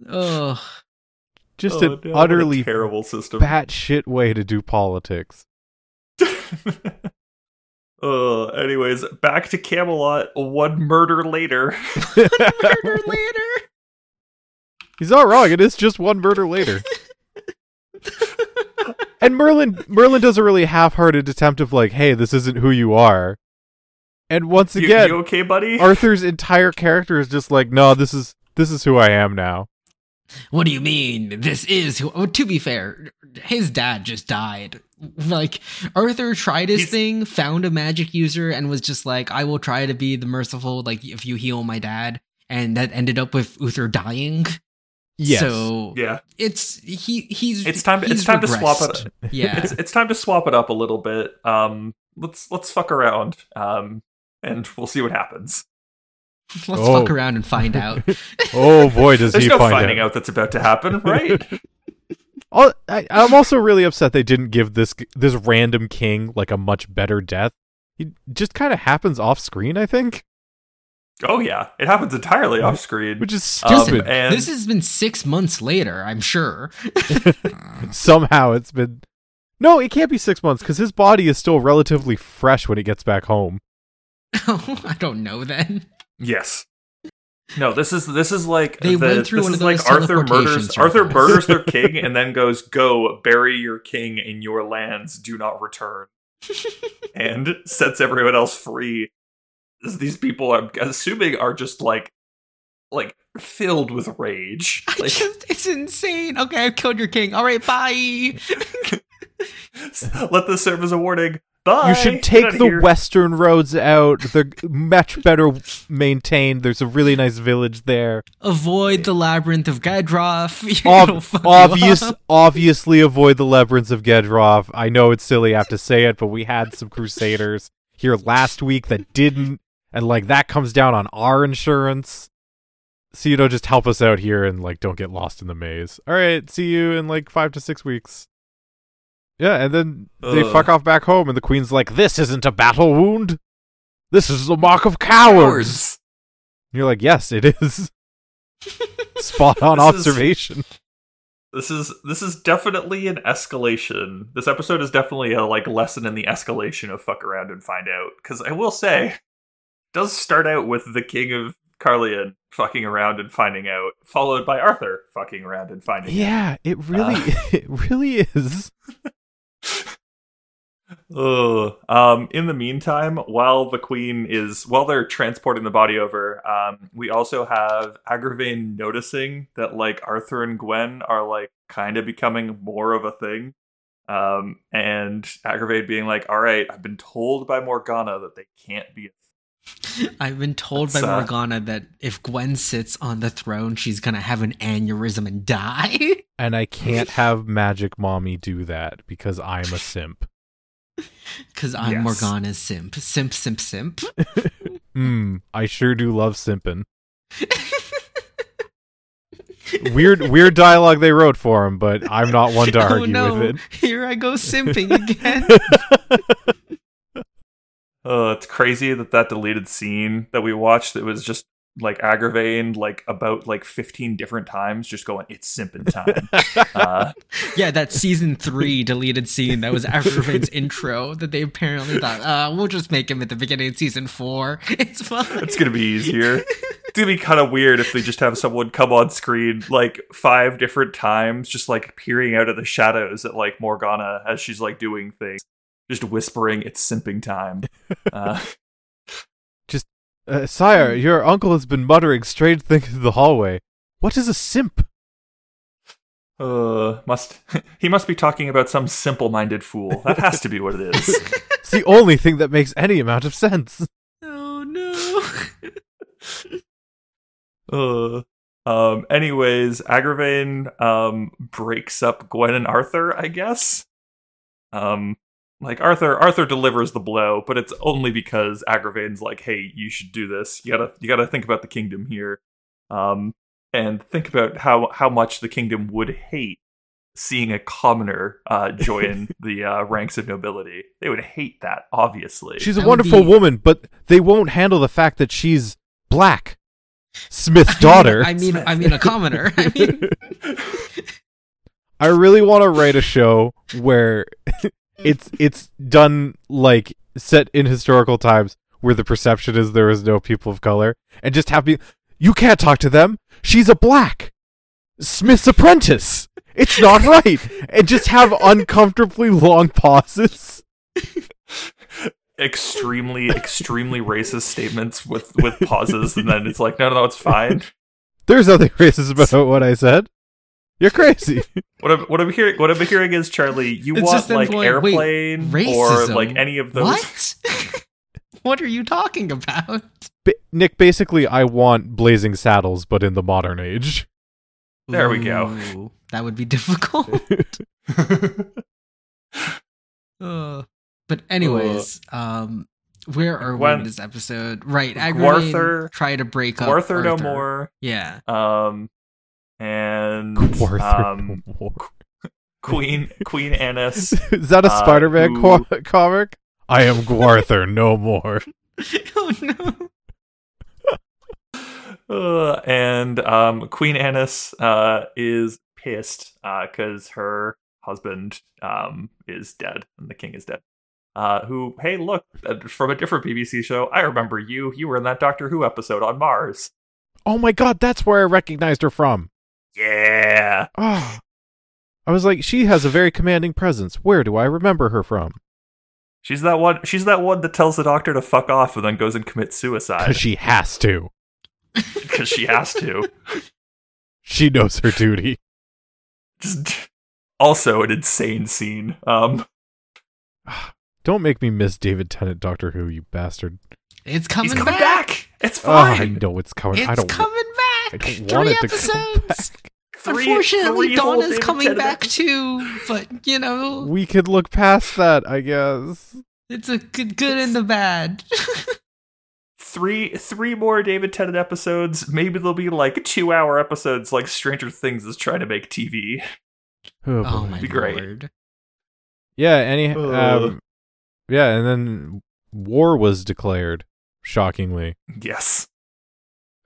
[SPEAKER 2] oh,
[SPEAKER 1] Just an
[SPEAKER 3] Oh, no, what a
[SPEAKER 1] utterly
[SPEAKER 3] terrible system.
[SPEAKER 1] batshit way to do politics.
[SPEAKER 3] Uh, anyways, back to Camelot. One murder later.
[SPEAKER 2] murder later.
[SPEAKER 1] He's not wrong. It is just one murder later. and Merlin Merlin does a really half-hearted attempt of like, "Hey, this isn't who you are." And once
[SPEAKER 3] You,
[SPEAKER 1] again,
[SPEAKER 3] you okay, buddy?
[SPEAKER 1] Arthur's entire character is just like, "No, this is this is who I am now."
[SPEAKER 2] What do you mean? This is who. Oh, to be fair, his dad just died. Like, Arthur tried his
[SPEAKER 3] He's-
[SPEAKER 2] thing, found a magic user, and was just like, I will try to be the merciful, like, if you heal my dad. And that ended up with Uther dying.
[SPEAKER 1] Yes.
[SPEAKER 2] So
[SPEAKER 3] yeah,
[SPEAKER 2] it's he he's
[SPEAKER 3] it's time.
[SPEAKER 2] he's
[SPEAKER 3] It's time to swap
[SPEAKER 2] regressed.
[SPEAKER 3] it.
[SPEAKER 2] Yeah.
[SPEAKER 3] It's it's time to swap it up a little bit. Um, let's let's fuck around. Um, and we'll see what happens.
[SPEAKER 2] Let's
[SPEAKER 1] Oh.
[SPEAKER 2] fuck around and find out.
[SPEAKER 1] oh boy, does
[SPEAKER 3] There's
[SPEAKER 1] he
[SPEAKER 3] no
[SPEAKER 1] find
[SPEAKER 3] finding out that's about to happen, right?
[SPEAKER 1] Al- I, I'm also really upset they didn't give this this random king like a much better death. He just kind of happens off screen, I think,
[SPEAKER 3] oh yeah, it happens entirely off screen.
[SPEAKER 1] which is
[SPEAKER 3] Um,
[SPEAKER 1] stupid.
[SPEAKER 3] and-
[SPEAKER 2] this has been six months later, I'm sure.
[SPEAKER 1] Somehow it's been no, it can't be six months because his body is still relatively fresh when it gets back home.
[SPEAKER 2] I don't know then.
[SPEAKER 3] Yes. No, this is this is like
[SPEAKER 2] They
[SPEAKER 3] the,
[SPEAKER 2] went through
[SPEAKER 3] this
[SPEAKER 2] one
[SPEAKER 3] is
[SPEAKER 2] of
[SPEAKER 3] like
[SPEAKER 2] those
[SPEAKER 3] Arthur
[SPEAKER 2] teleportation
[SPEAKER 3] murders Arthur
[SPEAKER 2] circles.
[SPEAKER 3] murders their king and then goes go bury your king in your lands do not return and sets everyone else free. These people I'm assuming are just like like filled with rage.
[SPEAKER 2] I
[SPEAKER 3] Like
[SPEAKER 2] just, it's insane. Okay, I've killed your king. All right, bye.
[SPEAKER 3] let this serve as a warning. Bye.
[SPEAKER 1] you should
[SPEAKER 3] Get
[SPEAKER 1] take
[SPEAKER 3] outta
[SPEAKER 1] the
[SPEAKER 3] here.
[SPEAKER 1] western roads out. They're g- much better maintained. There's a really nice village there.
[SPEAKER 2] Avoid the labyrinth of Gadroff. It'll
[SPEAKER 1] Ob-
[SPEAKER 2] fuck you
[SPEAKER 1] obvious,
[SPEAKER 2] up.
[SPEAKER 1] obviously avoid the labyrinths of Gedrov. I know it's silly I have to say it, but we had some crusaders here last week that didn't, and like that comes down on our insurance. so you know just help us out here and like don't get lost in the maze. All right, see you in like five to six weeks. Yeah, and then they
[SPEAKER 3] Ugh.
[SPEAKER 1] fuck off back home, and the queen's like, "This isn't a battle wound. This is the mark of cowards." And you're like, "Yes, it is." Spot on
[SPEAKER 3] This is-
[SPEAKER 1] observation.
[SPEAKER 3] This is this is definitely an escalation. This episode is definitely a like lesson in the escalation of fuck around and find out. Because I will say, it does start out with the king of Carlian fucking around and finding out, followed by Arthur fucking around and finding out.
[SPEAKER 1] Yeah, it really, it really is.
[SPEAKER 3] Ugh. Um, in the meantime, while the queen is while they're transporting the body over, um, we also have Agravain noticing that like Arthur and Gwen are like kind of becoming more of a thing. Um, and Agravain being like, "All right, I've been told by Morgana that they can't be."
[SPEAKER 2] I've been told by
[SPEAKER 3] That's, uh,
[SPEAKER 2] Morgana that if Gwen sits on the throne, she's gonna have an aneurysm and die.
[SPEAKER 1] And I can't have magic mommy do that because I'm a simp.
[SPEAKER 2] Because I'm
[SPEAKER 3] Yes.
[SPEAKER 2] Morgana's simp. Simp, simp, simp.
[SPEAKER 1] Mm, I sure do love simpin. Weird, weird dialogue they wrote for him, but I'm not one to
[SPEAKER 2] oh
[SPEAKER 1] argue
[SPEAKER 2] no,
[SPEAKER 1] with
[SPEAKER 2] here I go simping again.
[SPEAKER 1] it.
[SPEAKER 3] Uh, it's crazy that that deleted scene that we watched that was just like Agravain like about like fifteen different times, just going, "It's simping time." uh,
[SPEAKER 2] yeah, that season three deleted scene that was Agravain's intro that they apparently thought, uh, we'll just make him at the beginning of season four. It's fine.
[SPEAKER 3] It's gonna be easier. It's gonna be kind of weird if they just have someone come on screen like five different times, just like peering out of the shadows at like Morgana as she's like doing things, just whispering, "It's simping time." Uh,
[SPEAKER 1] Uh, sire, your uncle has been muttering strange things in the hallway. What is a simp?
[SPEAKER 3] uh, must he must be talking about some simple-minded fool? That has to be what it is.
[SPEAKER 1] It's the only thing that makes any amount of sense.
[SPEAKER 2] oh no.
[SPEAKER 3] Uh, um. Anyways, Agravain um breaks up Gwen and Arthur. I guess. Um, like Arthur, Arthur delivers the blow, but it's only because Agravain's like, "Hey, you should do this. You gotta, you gotta think about the kingdom here, um, and think about how how much the kingdom would hate." Seeing a commoner uh, join the uh, ranks of nobility, they would hate that. Obviously,
[SPEAKER 1] She's a
[SPEAKER 2] That would
[SPEAKER 1] wonderful
[SPEAKER 2] be-
[SPEAKER 1] woman, but they won't handle the fact that she's black. Smith's daughter.
[SPEAKER 2] I mean, I mean a commoner. I mean,
[SPEAKER 1] I really want to write a show where it's it's done like set in historical times where the perception is there is no people of color and just have be you can't talk to them. She's a black Smith's apprentice. It's not right. And just have uncomfortably long pauses.
[SPEAKER 3] extremely extremely racist statements with with pauses and then it's like no no no it's fine
[SPEAKER 1] There's nothing racist about what I said. You're crazy.
[SPEAKER 3] what i'm what i'm hearing what i'm hearing is charlie you
[SPEAKER 2] It's
[SPEAKER 3] want
[SPEAKER 2] just them
[SPEAKER 3] like
[SPEAKER 2] going, "Wait,
[SPEAKER 3] airplane
[SPEAKER 2] racism?
[SPEAKER 3] or like any of those
[SPEAKER 2] What? what are you talking about?
[SPEAKER 1] Ba- Nick, basically, I want Blazing Saddles, but in the modern age.
[SPEAKER 3] There we go.
[SPEAKER 2] Ooh, That would be difficult. Uh, but anyways,
[SPEAKER 3] Uh,
[SPEAKER 2] um, where are we
[SPEAKER 3] Gwen-
[SPEAKER 2] in this episode? Right, Agravain
[SPEAKER 3] Gwarther-
[SPEAKER 2] try to break up
[SPEAKER 3] Arthur no
[SPEAKER 2] Arthur.
[SPEAKER 3] more
[SPEAKER 2] Yeah,
[SPEAKER 3] um and
[SPEAKER 1] Quarther
[SPEAKER 3] um
[SPEAKER 1] no more.
[SPEAKER 3] queen queen annis
[SPEAKER 1] Is that a
[SPEAKER 3] uh,
[SPEAKER 1] Spider-Man
[SPEAKER 3] who-
[SPEAKER 1] co- comic? I am Gwarther, no more.
[SPEAKER 2] oh no,
[SPEAKER 3] Uh, and um, Queen Annis uh, is pissed because her husband um, is dead and the king is dead. Uh, who, hey, look, uh, from a different BBC show, I remember you. You were in that Doctor Who episode on Mars.
[SPEAKER 1] Oh my god, that's where I recognized her from.
[SPEAKER 3] Yeah.
[SPEAKER 1] Ah, I was like, she has a very commanding presence. Where do I remember her from?
[SPEAKER 3] She's that one. She's that one that tells the doctor to fuck off and then goes and commits suicide
[SPEAKER 1] Because she has to.
[SPEAKER 3] because she has to.
[SPEAKER 1] She knows her duty.
[SPEAKER 3] Just also an insane scene. Um,
[SPEAKER 1] Don't make me miss David Tennant Doctor Who, you bastard.
[SPEAKER 2] it's
[SPEAKER 3] he's
[SPEAKER 2] coming
[SPEAKER 3] coming
[SPEAKER 2] back.
[SPEAKER 3] back. It's
[SPEAKER 1] Oh, I
[SPEAKER 3] fine.
[SPEAKER 1] know it's coming.
[SPEAKER 2] It's
[SPEAKER 1] I don't.
[SPEAKER 2] coming back.
[SPEAKER 1] I don't
[SPEAKER 2] Three
[SPEAKER 1] want it to come
[SPEAKER 2] episodes.
[SPEAKER 1] back.
[SPEAKER 3] Three-
[SPEAKER 2] Unfortunately,
[SPEAKER 3] three whole
[SPEAKER 2] Donna's
[SPEAKER 3] David
[SPEAKER 2] coming
[SPEAKER 3] Tennant
[SPEAKER 2] back too. But you know,
[SPEAKER 1] We could look past that, I guess.
[SPEAKER 2] it's a good, good and the bad.
[SPEAKER 3] three three more David Tennant episodes. Maybe there'll be like two hour episodes like Stranger Things is trying to make TV.
[SPEAKER 1] Oh,
[SPEAKER 2] Oh
[SPEAKER 1] boy.
[SPEAKER 2] my
[SPEAKER 3] Be great.
[SPEAKER 2] lord.
[SPEAKER 1] Yeah, any um
[SPEAKER 3] Ugh.
[SPEAKER 1] Yeah, and then war was declared, shockingly.
[SPEAKER 3] Yes.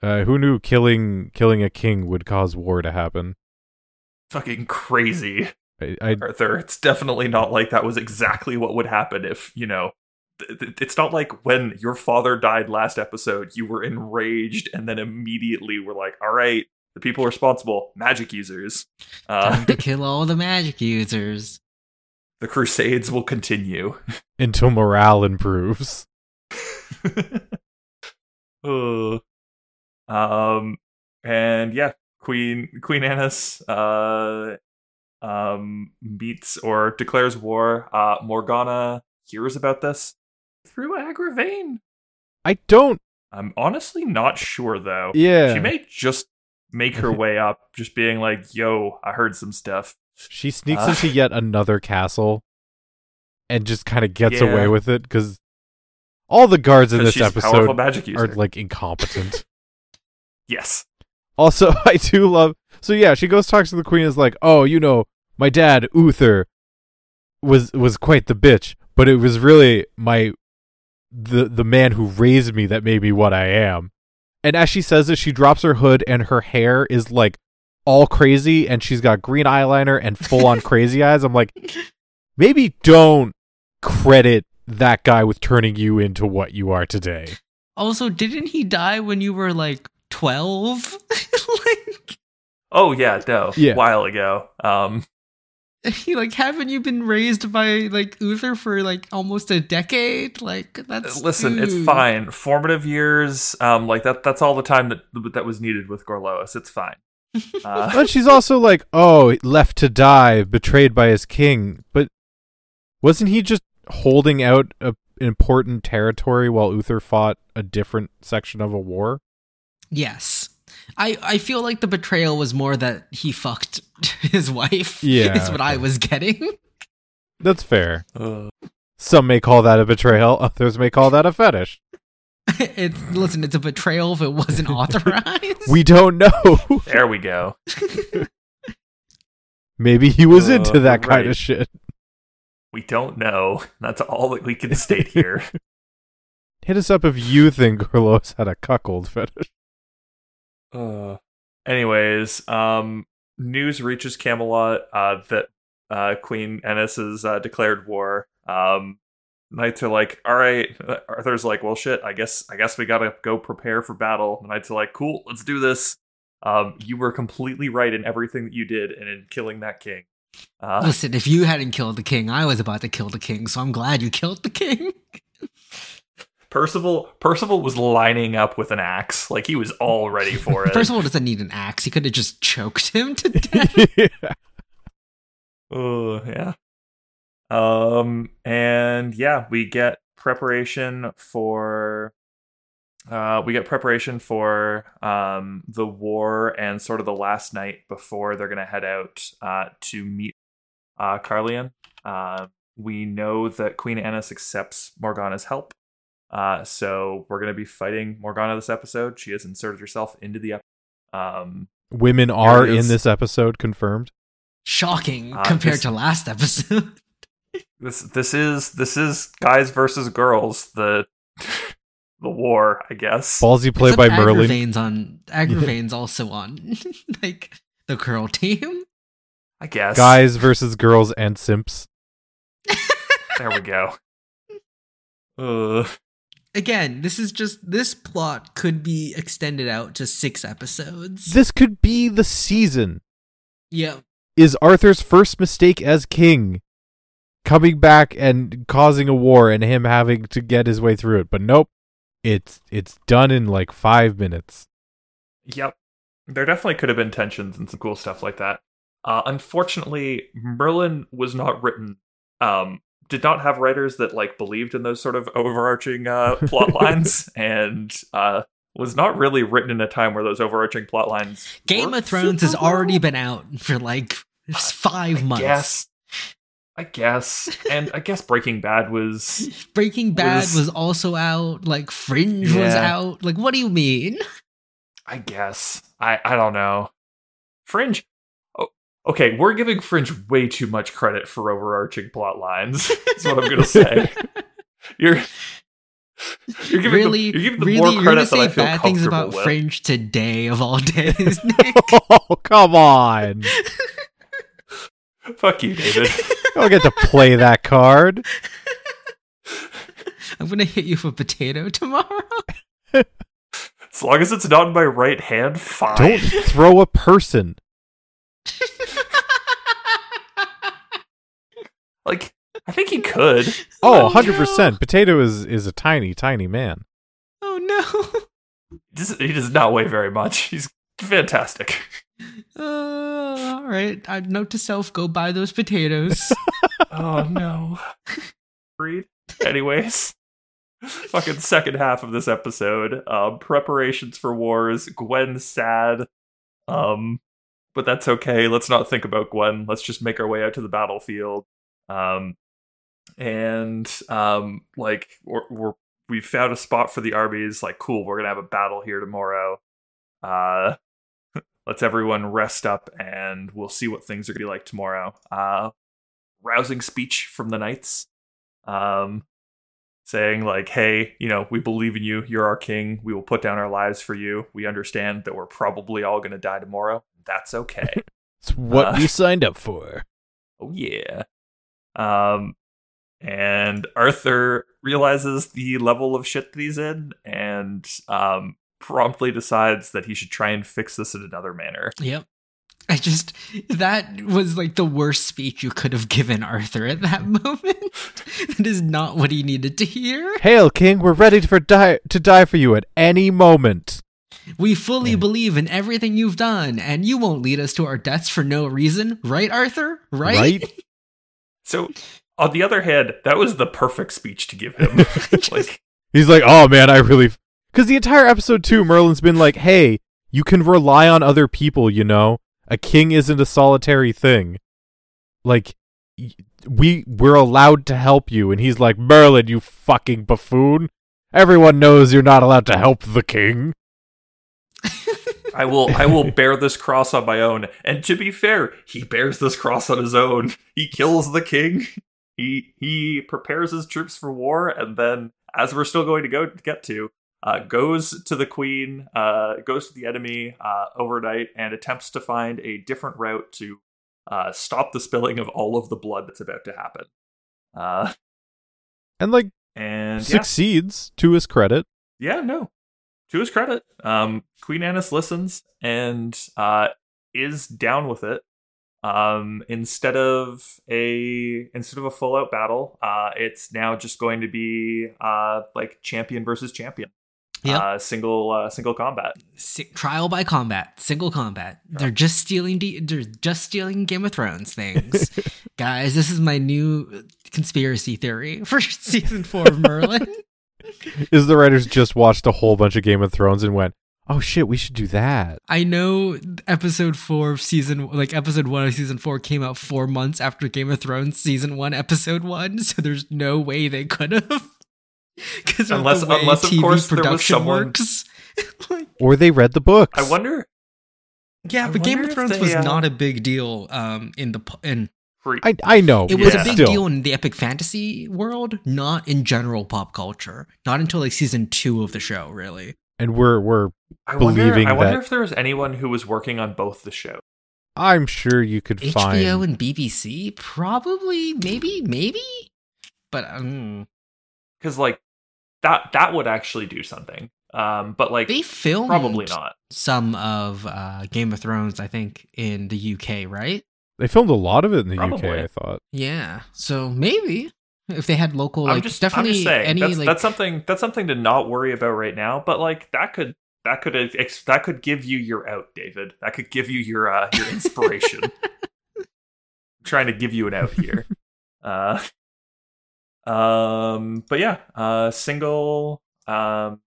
[SPEAKER 1] Uh who knew killing killing a king would cause war to happen?
[SPEAKER 3] Fucking crazy,
[SPEAKER 1] I, I
[SPEAKER 3] Arthur. It's definitely not like that was exactly what would happen if, you know, th- th- it's not like when your father died last episode, you were enraged and then immediately were like, all right, the people responsible, magic users. Uh,
[SPEAKER 2] Time to kill all the magic users.
[SPEAKER 3] the crusades will continue.
[SPEAKER 1] until morale improves.
[SPEAKER 3] Ugh. um, and yeah, Queen Queen Annis uh, um, meets or declares war. Uh, Morgana hears about this through Agravain.
[SPEAKER 1] I don't
[SPEAKER 3] I'm honestly not sure though.
[SPEAKER 1] Yeah.
[SPEAKER 3] She may just make her way up, just being like, "Yo, I heard some stuff."
[SPEAKER 1] She sneaks
[SPEAKER 3] Uh.
[SPEAKER 1] into yet another castle and just kind of gets
[SPEAKER 3] Yeah.
[SPEAKER 1] away with it cuz all the guards in
[SPEAKER 3] 'Cause
[SPEAKER 1] this
[SPEAKER 3] she's a powerful
[SPEAKER 1] episode
[SPEAKER 3] magic user.
[SPEAKER 1] are like incompetent.
[SPEAKER 3] yes,
[SPEAKER 1] Also, I do love. So yeah, she goes talks to the queen. Is like, oh, you know, my dad Uther was was quite the bitch, but it was really my the the man who raised me that made me what I am. And as she says this, she drops her hood, and her hair is like all crazy, and she's got green eyeliner and full on crazy eyes. I'm like, maybe don't credit that guy with turning you into what you are today.
[SPEAKER 2] Also, didn't he die when you were like 12?
[SPEAKER 3] Oh yeah, no.
[SPEAKER 1] Yeah.
[SPEAKER 3] While ago. Um
[SPEAKER 2] like, he, like, haven't you been raised by like Uther for like almost a decade? Like, that's.
[SPEAKER 3] listen, it's
[SPEAKER 2] dude.
[SPEAKER 3] fine. Formative years, um like that that's all the time that that was needed with Gorlois. It's fine. Uh,
[SPEAKER 1] but she's also like, oh, left to die, betrayed by his king. But wasn't he just holding out a, important territory while Uther fought a different section of a war?
[SPEAKER 2] Yes. I, I feel like the betrayal was more that he fucked his wife.
[SPEAKER 1] Yeah,
[SPEAKER 2] Is what I
[SPEAKER 1] okay.
[SPEAKER 2] was getting.
[SPEAKER 1] That's fair.
[SPEAKER 3] uh,
[SPEAKER 1] Some may call that a betrayal, others may call that a fetish.
[SPEAKER 2] it's, listen, it's a betrayal if it wasn't authorized.
[SPEAKER 1] We don't know.
[SPEAKER 3] there we go.
[SPEAKER 1] Maybe he was
[SPEAKER 3] Uh,
[SPEAKER 1] into that kind
[SPEAKER 3] right.
[SPEAKER 1] of shit.
[SPEAKER 3] We don't know. That's all that we can state here.
[SPEAKER 1] Hit us up if you think Gorlos had a cuckold fetish.
[SPEAKER 3] uh. Anyways, um news reaches Camelot uh that uh Queen Ennis has uh, declared war. Um Knights are like, all right. Arthur's like, well, shit. I guess, I guess we gotta go prepare for battle. The knights are like, cool, let's do this. Um, you were completely right in everything that you did and in killing that king. Uh,
[SPEAKER 2] Listen, if you hadn't killed the king, I was about to kill the king, so I'm glad you killed the king.
[SPEAKER 3] Percival, Percival was lining up with an axe, like he was all ready for it.
[SPEAKER 2] Percival doesn't need an axe. He could have just choked him to death.
[SPEAKER 1] yeah.
[SPEAKER 3] Oh yeah. Um and yeah, we get preparation for uh we get preparation for um the war and sort of the last night before they're gonna head out uh to meet uh Carlian. Uh we know that Queen Annis accepts Morgana's help. Uh so we're gonna be fighting Morgana this episode. She has inserted herself into the ep- um
[SPEAKER 1] Women are
[SPEAKER 3] There it
[SPEAKER 1] in
[SPEAKER 3] is.
[SPEAKER 1] this episode, confirmed.
[SPEAKER 2] Shocking
[SPEAKER 1] Ah,
[SPEAKER 3] Uh,
[SPEAKER 2] compared
[SPEAKER 3] this-
[SPEAKER 2] to last episode.
[SPEAKER 3] this this is this is guys versus girls the the war i guess
[SPEAKER 1] Ballsy played
[SPEAKER 2] Except
[SPEAKER 1] by Merlin.
[SPEAKER 2] Agravain's on Agravain's also on like the curl team.
[SPEAKER 3] i guess
[SPEAKER 1] Guys versus girls and simps.
[SPEAKER 3] there we go Ugh.
[SPEAKER 2] Again, this is just this plot could be extended out to six episodes.
[SPEAKER 1] This could be the season.
[SPEAKER 2] yeah.
[SPEAKER 1] Is Arthur's first mistake as king coming back and causing a war and him having to get his way through it? But nope. It's it's done in like 5 minutes.
[SPEAKER 3] yep there definitely could have been tensions and some cool stuff like that uh unfortunately merlin was not written um did not have writers that like believed in those sort of overarching uh plot lines and uh was not really written in a time where those overarching plot lines
[SPEAKER 2] Game of
[SPEAKER 3] worked
[SPEAKER 2] Thrones
[SPEAKER 3] super
[SPEAKER 2] has already
[SPEAKER 3] well.
[SPEAKER 2] been out for like five months.
[SPEAKER 3] Yes. I guess. And I guess Breaking Bad was
[SPEAKER 2] Breaking Bad
[SPEAKER 3] Was-
[SPEAKER 2] was also out. Like Fringe was
[SPEAKER 3] Yeah.
[SPEAKER 2] out. Like, what do you mean?
[SPEAKER 3] I guess. I I don't know. Fringe. Oh, okay, we're giving Fringe way too much credit for overarching plot lines. That's what I'm gonna say. You're you're giving
[SPEAKER 2] really,
[SPEAKER 3] them, you're giving them
[SPEAKER 2] really,
[SPEAKER 3] more
[SPEAKER 2] you're
[SPEAKER 3] credit
[SPEAKER 2] gonna say
[SPEAKER 3] than I feel
[SPEAKER 2] bad
[SPEAKER 3] comfortable
[SPEAKER 2] things about
[SPEAKER 3] with.
[SPEAKER 2] Fringe today of all days, Nick.
[SPEAKER 1] oh, come on.
[SPEAKER 3] Fuck you, David.
[SPEAKER 1] I don't get to play that card.
[SPEAKER 2] I'm gonna hit you for potato tomorrow.
[SPEAKER 3] as long as it's not in my right hand, fine.
[SPEAKER 1] Don't throw a person.
[SPEAKER 3] Like I think he could.
[SPEAKER 1] Oh,
[SPEAKER 2] no.
[SPEAKER 1] 100%. Potato is is a tiny, tiny man.
[SPEAKER 2] Oh
[SPEAKER 3] This- He does not weigh very much. He's fantastic.
[SPEAKER 2] no. Uh, all right. I, note to self: go buy those potatoes.
[SPEAKER 3] oh no. Read. Anyways. Fucking second half of this episode. Um, preparations for wars. Gwen's sad. Um, but that's okay. Let's not think about Gwen. Let's just make our way out to the battlefield. Um, and um, like we're, we're we found a spot for the armies. Like, cool. We're gonna have a battle here tomorrow. Uh, let's everyone rest up, and we'll see what things are gonna be like tomorrow. Uh, rousing speech from the knights um saying like hey you know we believe in you you're our king we will put down our lives for you we understand that we're probably all going to die tomorrow that's okay
[SPEAKER 1] It's what
[SPEAKER 3] Uh.
[SPEAKER 1] we signed up for.
[SPEAKER 3] oh yeah um and arthur realizes the level of shit that he's in and um promptly decides that he should try and fix this in another manner
[SPEAKER 2] yep. I just that was like the worst speech you could have given Arthur at that moment. that is not what he needed to hear.
[SPEAKER 1] Hail, King, we're ready for die- to die for you at any moment.
[SPEAKER 2] We fully
[SPEAKER 1] Yeah.
[SPEAKER 2] believe in everything you've done, and you won't lead us to our deaths for no reason, right, Arthur? Right?
[SPEAKER 3] so on the other hand that was the perfect speech to give him like
[SPEAKER 1] He's like, oh man, I really. Because the entire episode, too, Merlin's been like, hey, you can rely on other people, you know? A king isn't a solitary thing. Like, y- we, we're allowed to help you. And he's like, Merlin, you fucking buffoon. Everyone knows you're not allowed to help the king.
[SPEAKER 3] I will I will bear this cross on my own. And to be fair, he bears this cross on his own. He kills the king. He he prepares his troops for war and then as we're still going to go get to uh, goes to the queen, uh, goes to the enemy uh, overnight, and attempts to find a different route to uh, stop the spilling of all of the blood that's about to happen. Uh,
[SPEAKER 1] And, like,
[SPEAKER 3] and yeah.
[SPEAKER 1] succeeds to his credit.
[SPEAKER 3] yeah no to his credit um queen annis listens and uh is down with it um instead of a instead of a full out battle uh it's now just going to be uh like champion versus champion
[SPEAKER 2] Yep.
[SPEAKER 3] uh single uh single combat
[SPEAKER 2] Si- trial by combat, single combat. They're just stealing. D- they're just stealing Game of Thrones things, guys. This is my new conspiracy theory for season four of Merlin.
[SPEAKER 1] Is the writers just watched a whole bunch of Game of Thrones and went, oh shit, we should do that.
[SPEAKER 2] I know episode four of season, like episode one of season four, came out four months after Game of Thrones season one, episode one. So there's no way they could have, because
[SPEAKER 3] Unless-
[SPEAKER 2] of the way
[SPEAKER 3] unless, of
[SPEAKER 2] TV
[SPEAKER 3] course, there was
[SPEAKER 2] production
[SPEAKER 3] someone-
[SPEAKER 2] works. Like,
[SPEAKER 1] Or they read the books.
[SPEAKER 3] i wonder
[SPEAKER 2] yeah,
[SPEAKER 3] I
[SPEAKER 2] but Game
[SPEAKER 3] wonder
[SPEAKER 2] of
[SPEAKER 3] if
[SPEAKER 2] Thrones
[SPEAKER 3] they,
[SPEAKER 2] was
[SPEAKER 3] uh,
[SPEAKER 2] not a big deal um, in the pu- in
[SPEAKER 3] free
[SPEAKER 1] I, I know.
[SPEAKER 2] It
[SPEAKER 1] but
[SPEAKER 2] was
[SPEAKER 3] Yeah.
[SPEAKER 2] a big
[SPEAKER 1] Oh, still.
[SPEAKER 2] deal in the epic fantasy world, not in general pop culture. Not until like season two of the show, really.
[SPEAKER 1] And we're, we're
[SPEAKER 3] I wonder,
[SPEAKER 1] believing
[SPEAKER 3] I wonder
[SPEAKER 1] that-
[SPEAKER 3] if there was anyone who was working on both the shows
[SPEAKER 1] I'm sure you could find
[SPEAKER 2] HBO and BBC, probably, maybe, maybe. But um,
[SPEAKER 3] because like that that would actually do something um but like
[SPEAKER 2] they filmed
[SPEAKER 3] probably not
[SPEAKER 2] some of uh, Game of Thrones, I think, in the UK, right?
[SPEAKER 1] They filmed a lot of it in the UK,
[SPEAKER 3] Probably.
[SPEAKER 1] I thought.
[SPEAKER 2] Yeah. So maybe if they had local, like
[SPEAKER 3] I'm just
[SPEAKER 2] definitely
[SPEAKER 3] I'm just saying
[SPEAKER 2] any
[SPEAKER 3] that's,
[SPEAKER 2] like
[SPEAKER 3] that's something that's something to not worry about right now. But like that could that could uh, ex- that could give you your out, David. That could give you your uh, your inspiration. I'm trying to give you an out here. uh, um, but yeah, uh, single um,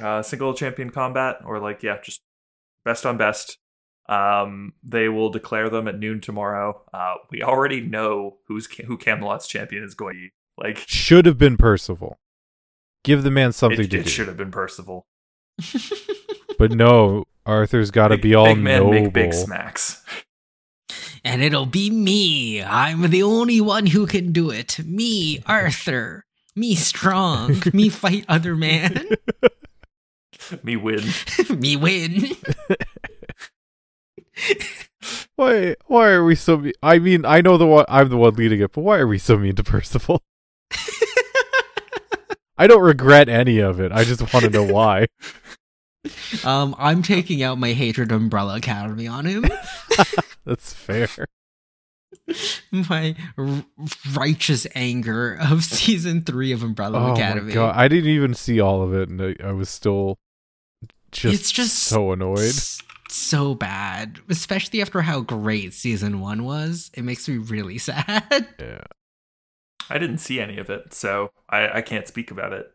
[SPEAKER 3] uh, single champion combat or like yeah, just best on best. Um, they will declare them at noon tomorrow. Uh, we already know who's who Camelot's champion is going to be. Like
[SPEAKER 1] Should have been Percival. Give the man something
[SPEAKER 3] it,
[SPEAKER 1] to
[SPEAKER 3] it
[SPEAKER 1] do.
[SPEAKER 3] should have been Percival.
[SPEAKER 1] But no, Arthur's got to
[SPEAKER 3] Big-
[SPEAKER 1] be all
[SPEAKER 3] big man
[SPEAKER 1] noble.
[SPEAKER 3] make big smacks.
[SPEAKER 2] and it'll be me. I'm the only one who can do it. Me, Arthur. Me strong. me fight other man.
[SPEAKER 3] Me win.
[SPEAKER 2] me win.
[SPEAKER 1] Why? Why are we so? Me- I mean, I know the one. I'm the one leading it, but why are we so mean to Percival? I don't regret any of it. I just want to know why.
[SPEAKER 2] Um, I'm taking out my hatred umbrella academy on him.
[SPEAKER 1] That's fair.
[SPEAKER 2] my r- righteous anger of season three of Umbrella
[SPEAKER 1] Oh
[SPEAKER 2] Academy.
[SPEAKER 1] my god! I didn't even see all of it, and I, I was still just,
[SPEAKER 2] It's just
[SPEAKER 1] so annoyed.
[SPEAKER 2] S- So bad, especially after how great season one was. It makes me really sad.
[SPEAKER 1] Yeah.
[SPEAKER 3] I didn't see any of it, so I, I can't speak about it.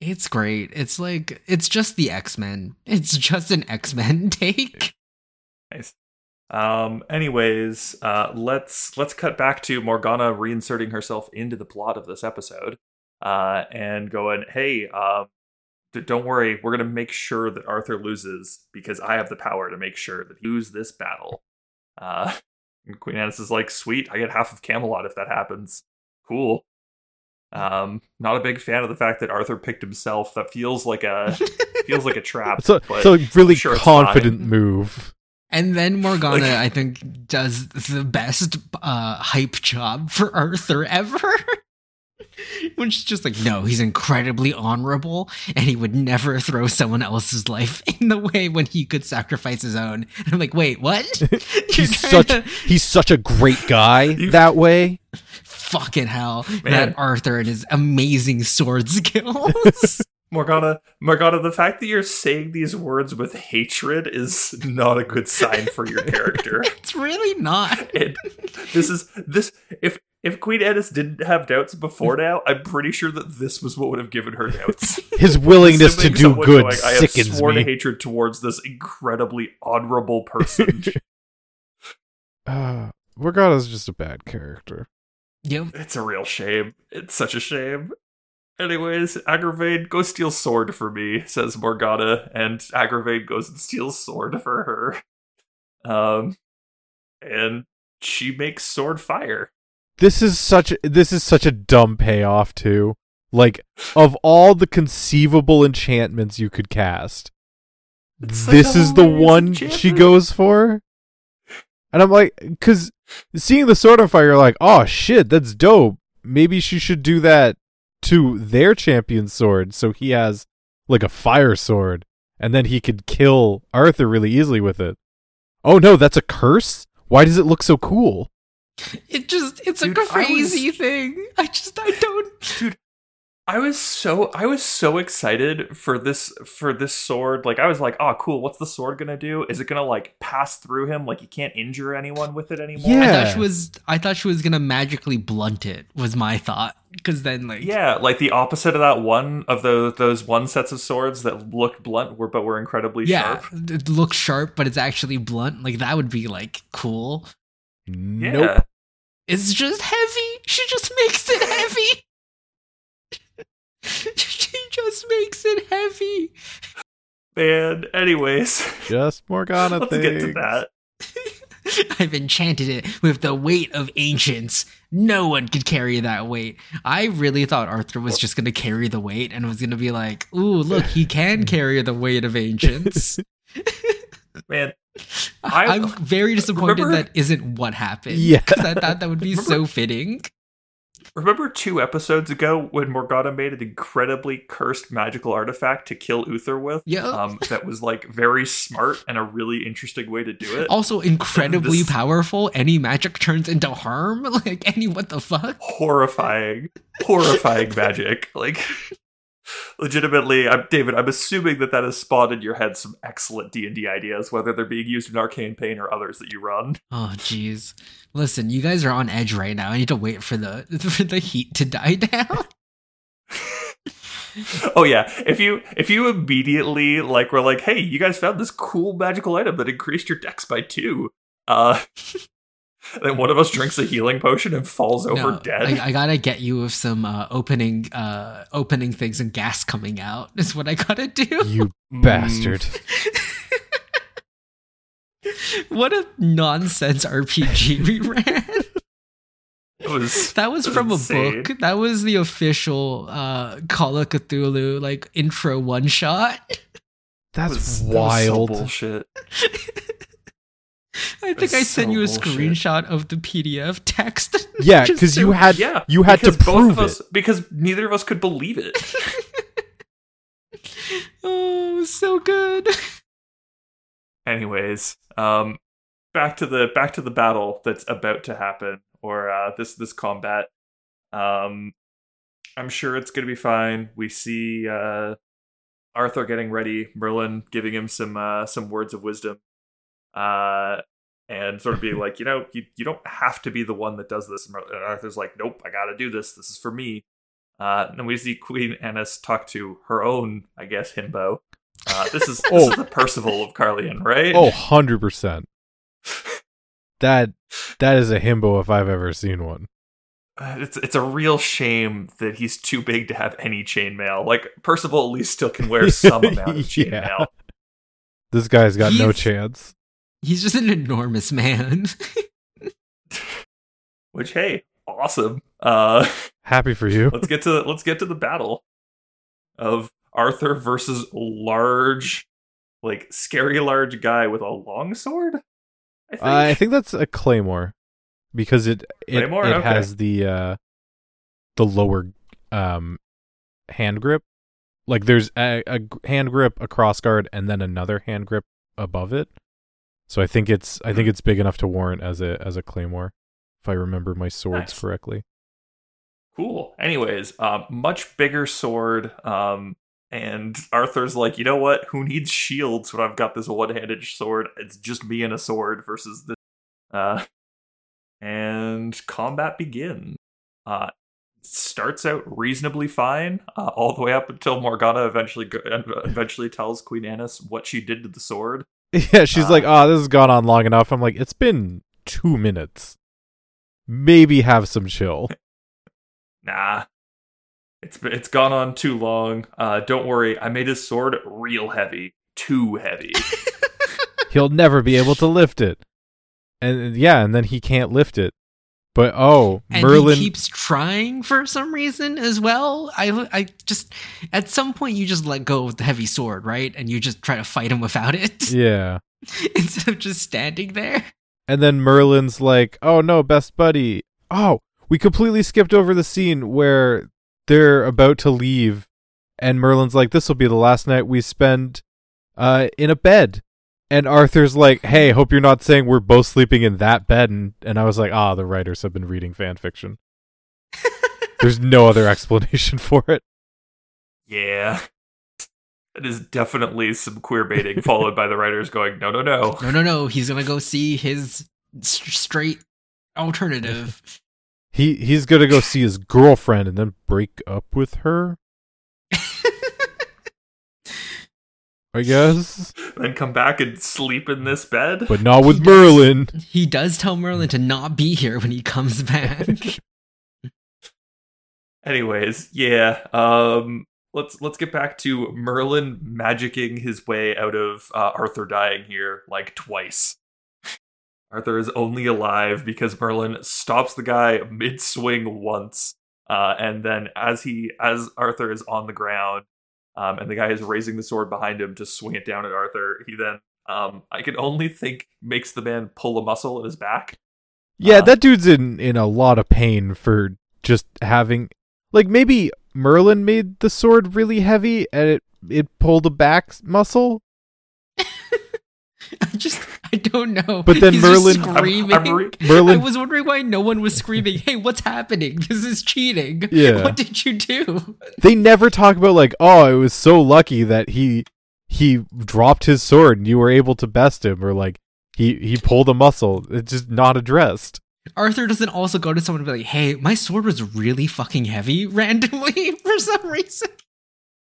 [SPEAKER 2] It's great. It's like it's just the X Men. It's just an X Men take.
[SPEAKER 3] Nice. Um, anyways, uh, let's let's cut back to Morgana reinserting herself into the plot of this episode, uh, and going, "Hey, um, d- don't worry, we're gonna make sure that Arthur loses because I have the power to make sure that he loses this battle." Uh, and Queen Annis is like, "Sweet, I get half of Camelot if that happens. Cool." Um, not a big fan of the fact that Arthur picked himself. That feels like a feels like a trap.
[SPEAKER 1] So,
[SPEAKER 3] but-
[SPEAKER 1] so really
[SPEAKER 3] sure it's
[SPEAKER 1] confident
[SPEAKER 3] fine.
[SPEAKER 1] move.
[SPEAKER 2] And then Morgana,
[SPEAKER 3] Like-
[SPEAKER 2] I think, does the best uh, hype job for Arthur ever. When she's just like, no, he's incredibly honorable, and he would never throw someone else's life in the way when he could sacrifice his own. And I'm like, wait, what? You're
[SPEAKER 1] He's
[SPEAKER 2] trying
[SPEAKER 1] such
[SPEAKER 2] to-
[SPEAKER 1] he's such a great guy
[SPEAKER 3] You-
[SPEAKER 1] that way.
[SPEAKER 2] fucking hell
[SPEAKER 3] Man.
[SPEAKER 2] that Arthur and his amazing sword skills.
[SPEAKER 3] Morgana, Morgana, the fact that you're saying these words with hatred is not a good sign for your character.
[SPEAKER 2] it's really not.
[SPEAKER 3] It, this is this if if Queen Annis didn't have doubts before
[SPEAKER 1] Mm.
[SPEAKER 3] now, I'm pretty sure that this was what would have given her doubts.
[SPEAKER 1] His willingness to
[SPEAKER 3] Simply
[SPEAKER 1] do
[SPEAKER 3] someone
[SPEAKER 1] good
[SPEAKER 3] going, I have
[SPEAKER 1] sickens
[SPEAKER 3] sworn
[SPEAKER 1] me.
[SPEAKER 3] hatred towards this incredibly honorable person.
[SPEAKER 1] Uh, Morgana's just a bad character.
[SPEAKER 2] Yep.
[SPEAKER 3] it's a real shame. It's such a shame. Anyways, Agravain, go steal sword for me, says Morgana, and Agravain goes and steals sword for her. Um, and she makes sword fire.
[SPEAKER 1] This is such this is such a dumb payoff too. Like of all the conceivable enchantments you could cast,
[SPEAKER 3] It's such
[SPEAKER 1] this
[SPEAKER 3] a
[SPEAKER 1] is the
[SPEAKER 3] hilarious
[SPEAKER 1] one she
[SPEAKER 3] enchantment.
[SPEAKER 1] goes for. And I'm like, because seeing the sword on fire, you're like, oh shit, that's dope. Maybe she should do that to their champion sword, so he has like a fire sword, and then he could kill Arthur really easily with it. Oh no, that's a curse. Why does it look so cool?
[SPEAKER 2] It just it's
[SPEAKER 3] Dude, I
[SPEAKER 2] a
[SPEAKER 3] was-
[SPEAKER 2] crazy thing. I just I don't
[SPEAKER 3] I was so I was so excited for this for this sword. Like I was like, oh cool, what's the sword gonna do? Is it gonna like pass through him? Like he can't injure anyone with it anymore?
[SPEAKER 1] Yeah.
[SPEAKER 2] I thought she was I thought she was gonna magically blunt it was my thought. Cause then like
[SPEAKER 3] Yeah, like the opposite of that one of those those one sets of swords that look blunt were but were incredibly
[SPEAKER 2] yeah,
[SPEAKER 3] sharp.
[SPEAKER 2] it looks sharp, but it's actually blunt. Like that would be like cool.
[SPEAKER 1] Nope.
[SPEAKER 2] It's just heavy. She just makes it heavy. she just makes it heavy.
[SPEAKER 3] Man, anyways,
[SPEAKER 1] Just Morgana
[SPEAKER 3] let's
[SPEAKER 1] things.
[SPEAKER 3] get to that.
[SPEAKER 2] I've enchanted it with the weight of ancients. No one could carry that weight. I really thought Arthur was just going to carry the weight and was going to be like, ooh, look, he can carry the weight of ancients.
[SPEAKER 3] Man, I-
[SPEAKER 2] I, am very disappointed
[SPEAKER 3] remember-
[SPEAKER 2] that isn't what happened.
[SPEAKER 1] Yeah.
[SPEAKER 2] 'Cause I thought that would be so
[SPEAKER 3] Remember-
[SPEAKER 2] fitting.
[SPEAKER 3] remember two episodes ago when Morgana made an incredibly cursed magical artifact to kill Uther with?
[SPEAKER 2] Yeah.
[SPEAKER 3] Um, that was like very smart and a really interesting way to do it.
[SPEAKER 2] also, incredibly
[SPEAKER 3] This-
[SPEAKER 2] powerful. Any magic turns into harm. Like, any what the fuck?
[SPEAKER 3] horrifying, horrifying magic. Like, legitimately, I'm, David. I'm assuming that that has spawned in your head some excellent D and D ideas, whether they're being used in Arcane Pain or others that you run.
[SPEAKER 2] Oh, jeez. Listen, you guys are on edge right now. I need to wait for the for the heat to die down.
[SPEAKER 3] oh yeah if you if you immediately like were like hey you guys found this cool magical item that increased your dex by two uh then one of us drinks a healing potion and falls over
[SPEAKER 2] No,
[SPEAKER 3] dead
[SPEAKER 2] I, I gotta get you with some uh, opening uh, opening things and gas coming out is what I gotta do.
[SPEAKER 1] You
[SPEAKER 3] Mm,
[SPEAKER 1] bastard.
[SPEAKER 2] what a nonsense RPG we ran.
[SPEAKER 3] it was
[SPEAKER 2] That was from a
[SPEAKER 3] Insane.
[SPEAKER 2] book. That was the official uh, Call of Cthulhu like intro one shot.
[SPEAKER 1] That's
[SPEAKER 3] was- that was so
[SPEAKER 1] wild.
[SPEAKER 3] bullshit
[SPEAKER 2] I think
[SPEAKER 3] That's
[SPEAKER 2] I sent
[SPEAKER 3] so
[SPEAKER 2] you a
[SPEAKER 3] bullshit.
[SPEAKER 2] screenshot of the PDF text.
[SPEAKER 1] yeah,
[SPEAKER 2] Just
[SPEAKER 1] because
[SPEAKER 2] so-
[SPEAKER 1] you had
[SPEAKER 3] yeah
[SPEAKER 1] you had to
[SPEAKER 3] because both
[SPEAKER 1] prove
[SPEAKER 3] of
[SPEAKER 1] it.
[SPEAKER 3] us because neither of us could believe it
[SPEAKER 2] oh, it was so good.
[SPEAKER 3] anyways um back to the back to the battle that's about to happen or uh this this combat um i'm sure it's gonna be fine we see uh arthur getting ready merlin giving him some uh some words of wisdom uh and sort of being like you know you, you don't have to be the one that does this and Mer- and arthur's like nope i gotta do this this is for me uh and we see queen annis talk to her own i guess himbo uh, this is this
[SPEAKER 1] Oh.
[SPEAKER 3] is the Percival of Carlian, right?
[SPEAKER 1] Oh, 100%. That that is a himbo if I've ever seen one.
[SPEAKER 3] Uh, It's it's a real shame that he's too big to have any chainmail. Like Percival at least still can wear some amount of
[SPEAKER 1] Yeah.
[SPEAKER 3] chainmail.
[SPEAKER 1] This guy's got no
[SPEAKER 2] He's-
[SPEAKER 1] chance.
[SPEAKER 2] He's just an enormous man.
[SPEAKER 3] Which hey, awesome. Uh
[SPEAKER 1] Happy for you.
[SPEAKER 3] let's get to let's get to the battle of Arthur versus large like scary large guy with a long sword. I think.
[SPEAKER 1] Uh, I think that's a claymore because it it,
[SPEAKER 3] Claymore?
[SPEAKER 1] it
[SPEAKER 3] Okay.
[SPEAKER 1] has the uh the lower um hand grip. Like there's a, a g- hand grip, a cross guard, and then another hand grip above it. So I think it's
[SPEAKER 3] Hmm.
[SPEAKER 1] I think it's big enough to warrant as a as a claymore, if I remember my swords
[SPEAKER 3] Nice.
[SPEAKER 1] correctly.
[SPEAKER 3] Cool. Anyways, uh, much bigger sword. Um, and Arthur's like, you know what? Who needs shields when I've got this one-handed sword? It's just me and a sword versus this. Uh, and combat begins. Uh, starts out reasonably fine, uh, all the way up until Morgana eventually go- eventually tells Queen Annis what she did to the sword.
[SPEAKER 1] Yeah, she's like,
[SPEAKER 2] Uh.
[SPEAKER 1] "Oh, this has gone on long enough." I'm like, "It's been two minutes. Maybe have some chill."
[SPEAKER 3] Nah. It's been- it's gone on too long. Uh, don't worry, I made his sword real heavy, too heavy.
[SPEAKER 1] He'll never be able to lift it. And and yeah, and then he can't lift it. But oh,
[SPEAKER 2] and
[SPEAKER 1] Merlin
[SPEAKER 2] he keeps trying for some reason as well. I, I just at some point you just let go of the heavy sword, right? And you just try to fight him without it
[SPEAKER 1] Yeah.
[SPEAKER 2] instead of just standing there.
[SPEAKER 1] And then Merlin's like, "Oh no, best buddy. Oh, we completely skipped over the scene where they're about to leave and Merlin's like, "This will be the last night we spend uh in a bed." And Arthur's like, "Hey, hope you're not saying we're both sleeping in that bed." And and I was like, "Ah, the writers have been reading fan fiction." There's no other explanation for it.
[SPEAKER 3] Yeah. It is definitely some queer baiting, followed by the writers going, no, no, no.
[SPEAKER 2] No, no, no. He's gonna go see his s- straight alternative.
[SPEAKER 1] He he's gonna go see his girlfriend and then break up with her. I guess,
[SPEAKER 3] Then come back and sleep in this bed.
[SPEAKER 1] but not with
[SPEAKER 2] He does.
[SPEAKER 1] Merlin.
[SPEAKER 2] he does tell Merlin to not be here when he comes back.
[SPEAKER 3] Anyways, yeah. Um, let's let's get back to Merlin magicking his way out of uh, Arthur dying here like twice. Arthur is only alive because Merlin stops the guy mid swing once, uh, and then as he as Arthur is on the ground, um, and the guy is raising the sword behind him to swing it down at Arthur. He then. Um, I can only think makes the man pull a muscle in his back.
[SPEAKER 1] Yeah,
[SPEAKER 3] Uh,
[SPEAKER 1] that dude's in in a lot of pain for just having like maybe Merlin made the sword really heavy and it it pulled a back muscle.
[SPEAKER 2] I just I don't know.
[SPEAKER 1] But then
[SPEAKER 2] He's just
[SPEAKER 1] Merlin- I'm-
[SPEAKER 3] I'm- I'm
[SPEAKER 2] screaming.
[SPEAKER 3] re-
[SPEAKER 2] I
[SPEAKER 1] Merlin
[SPEAKER 2] was wondering why no one was screaming, hey, what's happening? This is cheating.
[SPEAKER 1] Yeah.
[SPEAKER 2] What did you do?
[SPEAKER 1] they never talk about like, "Oh, it was so lucky that he he dropped his sword and you were able to best him or like he he pulled a muscle." It's just not addressed.
[SPEAKER 2] Arthur doesn't also go to someone and be like, hey, my sword was really fucking heavy randomly for some reason.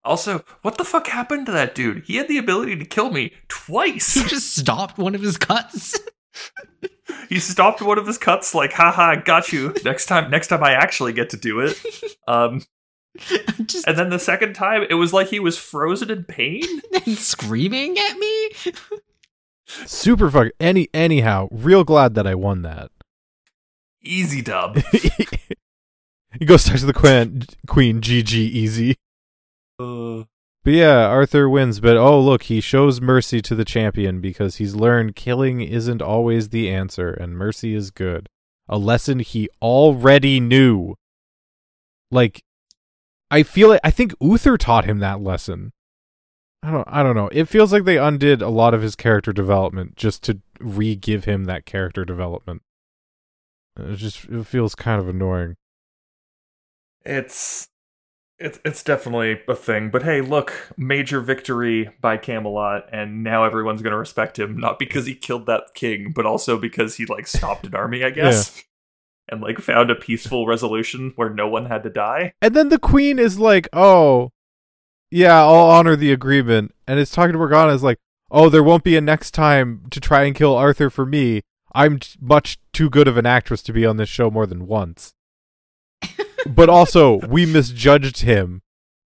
[SPEAKER 3] Also, what the fuck happened to that dude? He had the ability to kill me
[SPEAKER 2] He
[SPEAKER 3] twice.
[SPEAKER 2] just stopped one of his cuts.
[SPEAKER 3] he stopped one of his cuts like, haha, got you. Next time next time I actually get to do it. Um
[SPEAKER 2] just
[SPEAKER 3] and then the second time it was like he was frozen in pain.
[SPEAKER 2] screaming at me.
[SPEAKER 1] Super fuck. Any anyhow, real glad that I won that.
[SPEAKER 3] Easy dub.
[SPEAKER 1] he goes talk to the queen. Queen E GG easy.
[SPEAKER 3] Uh,
[SPEAKER 1] But yeah, Arthur wins. But oh look, he shows mercy to the champion because he's learned killing isn't always the answer, and mercy is good. A lesson he already knew. Like, I feel it. I think Uther taught him that lesson. I don't. I don't know. It feels like they undid a lot of his character development just to re-give him that character development. It just it feels kind of annoying.
[SPEAKER 3] it's it's it's definitely a thing. But hey, look, major victory by Camelot, and now everyone's gonna respect him, not because he killed that king, but also because he like stopped an army, I guess. And like found a peaceful resolution where no one had to die.
[SPEAKER 1] And then the queen is like, "Oh, yeah, I'll honor the agreement." And it's talking to Morgana is like, "Oh, there won't be a next time to try and kill Arthur for me. I'm t- much too good of an actress to be on this show more than once." but also, we misjudged him,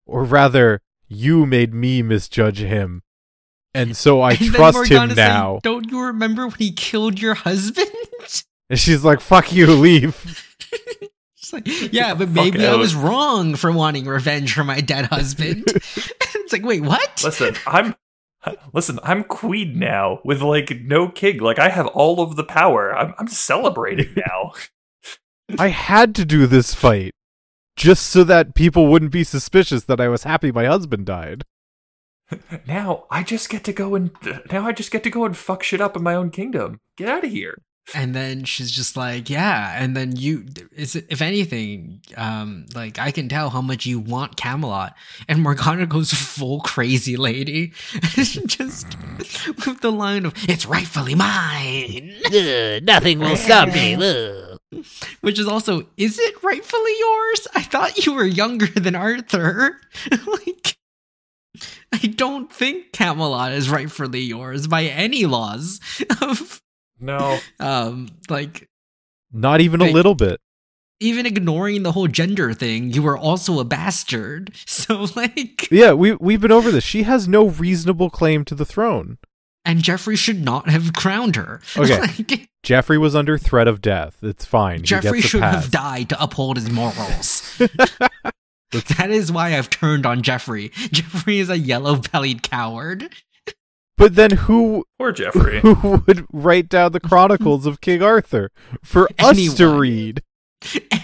[SPEAKER 1] or rather, you made me misjudge him, and so I
[SPEAKER 2] And then
[SPEAKER 1] trust him
[SPEAKER 2] Morgana's like,
[SPEAKER 1] now.
[SPEAKER 2] Don't you remember when he killed your husband?
[SPEAKER 1] and she's like, "Fuck you, leave."
[SPEAKER 2] It's like, yeah, but
[SPEAKER 3] Fuck
[SPEAKER 2] maybe I
[SPEAKER 3] out.
[SPEAKER 2] was wrong for wanting revenge for my dead husband. it's like, wait, what?
[SPEAKER 3] Listen, I'm listen, I'm queen now with like no king. Like I have all of the power. I'm I'm celebrating now.
[SPEAKER 1] I had to do this fight just so that people wouldn't be suspicious that I was happy my husband died.
[SPEAKER 3] now I just get to go and now I just get to go and fuck shit up in my own kingdom. Get out of here.
[SPEAKER 2] and then she's just like yeah and then you is if anything um like i can tell how much you want camelot and morgana goes full crazy lady just with the line of it's rightfully mine
[SPEAKER 4] Ugh, nothing will stop me. Ugh.
[SPEAKER 2] which is also is it rightfully yours i thought you were younger than arthur like i don't think camelot is rightfully yours by any laws of
[SPEAKER 3] No.
[SPEAKER 2] um like
[SPEAKER 1] Not even a
[SPEAKER 2] Right.
[SPEAKER 1] little bit.
[SPEAKER 2] even ignoring the whole gender thing, you were also a bastard. So like
[SPEAKER 1] Yeah, we we've been over this. She has no reasonable claim to the throne.
[SPEAKER 2] and Jeffrey should not have crowned her.
[SPEAKER 1] Okay.
[SPEAKER 2] Like,
[SPEAKER 1] Jeffrey was under threat of death. It's fine.
[SPEAKER 2] Jeffrey
[SPEAKER 1] he gets a
[SPEAKER 2] should
[SPEAKER 1] pass.
[SPEAKER 2] have died to uphold his morals. that is why I've turned on Jeffrey. Jeffrey is a yellow-bellied coward.
[SPEAKER 1] But then who
[SPEAKER 3] Poor Jeffrey.
[SPEAKER 1] who would write down the chronicles of King Arthur for us to
[SPEAKER 2] Anyone.
[SPEAKER 1] read?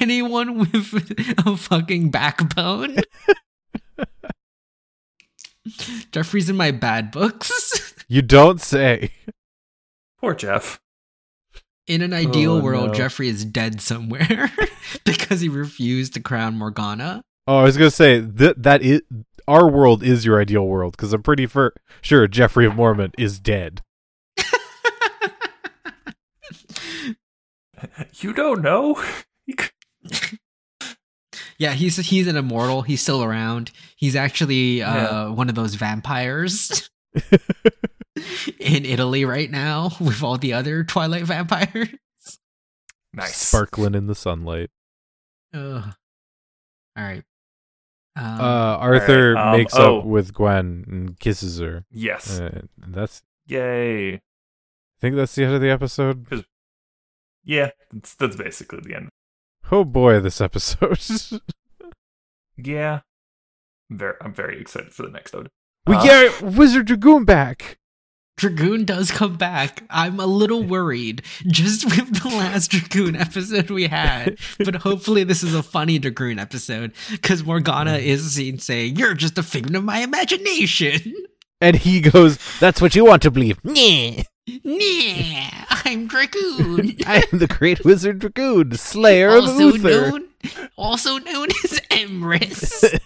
[SPEAKER 2] Anyone with a fucking backbone. Jeffrey's in my bad books.
[SPEAKER 1] You don't say.
[SPEAKER 3] Poor Jeff.
[SPEAKER 2] In an ideal
[SPEAKER 3] Oh,
[SPEAKER 2] world,
[SPEAKER 3] no.
[SPEAKER 2] Jeffrey is dead somewhere because he refused to crown Morgana.
[SPEAKER 1] Oh, I was gonna say that that is our world is your ideal world because I'm pretty fur- sure Jeffrey of Mormon is dead.
[SPEAKER 3] You don't know?
[SPEAKER 2] yeah, he's he's an immortal. He's still around. He's actually uh,
[SPEAKER 3] Yeah.
[SPEAKER 2] one of those vampires in Italy right now with all the other Twilight vampires.
[SPEAKER 3] Nice.
[SPEAKER 1] sparkling in the sunlight.
[SPEAKER 2] Ugh. All right. Um,
[SPEAKER 1] Uh, Arthur
[SPEAKER 3] right, um,
[SPEAKER 1] makes
[SPEAKER 3] oh.
[SPEAKER 1] up with Gwen and kisses her.
[SPEAKER 3] Yes.
[SPEAKER 1] Uh, that's
[SPEAKER 3] Yay.
[SPEAKER 1] I think that's the end of the episode.
[SPEAKER 3] Yeah, that's, that's basically the end.
[SPEAKER 1] Oh boy, this episode.
[SPEAKER 3] Yeah. I'm very, I'm very excited for the next one.
[SPEAKER 1] we
[SPEAKER 3] Uh,
[SPEAKER 1] get Wizard Dragoon back.
[SPEAKER 2] Dragoon does come back. I'm a little worried just with the last Dragoon episode we had, but hopefully this is a funny Dragoon episode because Morgana is seen saying, You're just a figment of my imagination.
[SPEAKER 1] And he goes, That's what you want to believe.
[SPEAKER 4] Nyeh.
[SPEAKER 2] Nah, I'm Dragoon.
[SPEAKER 1] I am the great Wizard Dragoon, Slayer of
[SPEAKER 2] also
[SPEAKER 1] Uther.
[SPEAKER 2] known, also known as Emrys.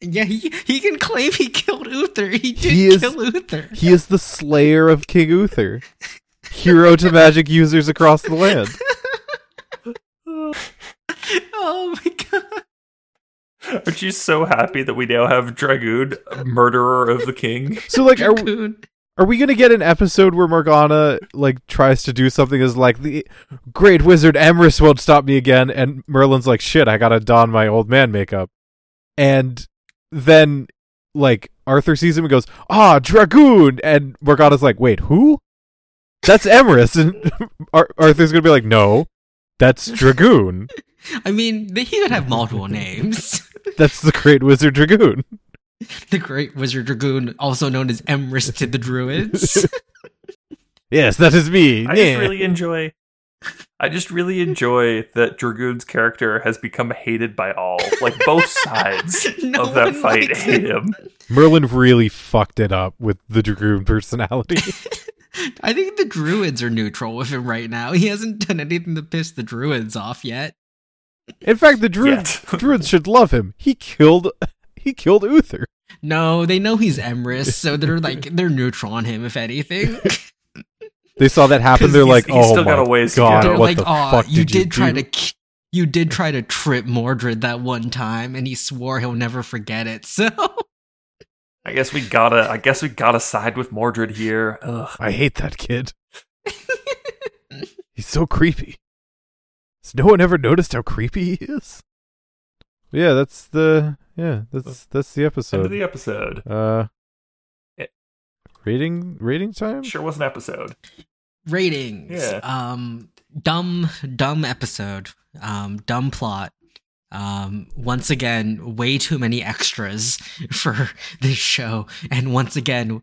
[SPEAKER 2] yeah, he, he can claim he killed Uther. He did
[SPEAKER 1] He is-
[SPEAKER 2] kill Uther.
[SPEAKER 1] He is the Slayer of King Uther. Hero to magic users across the land.
[SPEAKER 2] Oh my god.
[SPEAKER 3] Aren't you so happy that we now have Dragoon, murderer of the king?
[SPEAKER 1] So like, are
[SPEAKER 2] Dragoon.
[SPEAKER 1] are we gonna get an episode where Morgana like tries to do something as like the great wizard Emrys won't stop me again, and Merlin's like, shit, I gotta don my old man makeup, and then like Arthur sees him and goes, ah, Dragoon, and Morgana's like, wait, who? That's Emrys, and Ar- Arthur's gonna be like, no, that's Dragoon.
[SPEAKER 2] I mean, th- he could have multiple names.
[SPEAKER 1] That's the great wizard Dragoon.
[SPEAKER 2] The Great Wizard Dragoon, also known as Emrys to the Druids.
[SPEAKER 1] Yes, that is me.
[SPEAKER 3] I
[SPEAKER 1] Yeah.
[SPEAKER 3] just really enjoy. I just really enjoy that Dragoon's character has become hated by all, like both sides
[SPEAKER 2] No
[SPEAKER 3] of that
[SPEAKER 2] one
[SPEAKER 3] fight
[SPEAKER 2] likes
[SPEAKER 3] hate
[SPEAKER 2] him.
[SPEAKER 3] him.
[SPEAKER 1] Merlin really fucked it up with the Dragoon personality.
[SPEAKER 2] I think the druids are neutral with him right now. He hasn't done anything to piss the druids off yet.
[SPEAKER 1] In fact, the druids,
[SPEAKER 3] Yet.
[SPEAKER 1] druids should love him. He killed he killed Uther.
[SPEAKER 2] No, they know he's Emrys, so they're like they're neutral on him if anything.
[SPEAKER 1] They saw that happen.
[SPEAKER 3] 'Cause
[SPEAKER 1] They're
[SPEAKER 3] he's-
[SPEAKER 1] like,
[SPEAKER 3] he's
[SPEAKER 1] "Oh
[SPEAKER 3] still
[SPEAKER 1] my
[SPEAKER 3] got a ways to
[SPEAKER 1] god,
[SPEAKER 3] go.
[SPEAKER 2] they're
[SPEAKER 1] what
[SPEAKER 2] like,
[SPEAKER 1] the
[SPEAKER 2] "Aw,
[SPEAKER 1] fuck
[SPEAKER 2] you did,
[SPEAKER 1] you
[SPEAKER 2] try
[SPEAKER 1] do?"
[SPEAKER 2] to k- you did try to trip Mordred that one time, and he swore he'll never forget it." So
[SPEAKER 3] I guess we gotta. I guess we gotta side with Mordred here. Ugh.
[SPEAKER 1] I hate that kid. He's so creepy. Has no one ever noticed how creepy he is? Yeah, that's the yeah, that's that's the
[SPEAKER 3] End of
[SPEAKER 1] episode.
[SPEAKER 3] the Eh. episode.
[SPEAKER 1] Uh,
[SPEAKER 3] It-
[SPEAKER 1] rating rating time.
[SPEAKER 3] Sure was an episode.
[SPEAKER 2] ratings,
[SPEAKER 3] Yeah.
[SPEAKER 2] um, dumb, dumb episode, um, dumb plot. Um, once again, way too many extras for this show, and once again.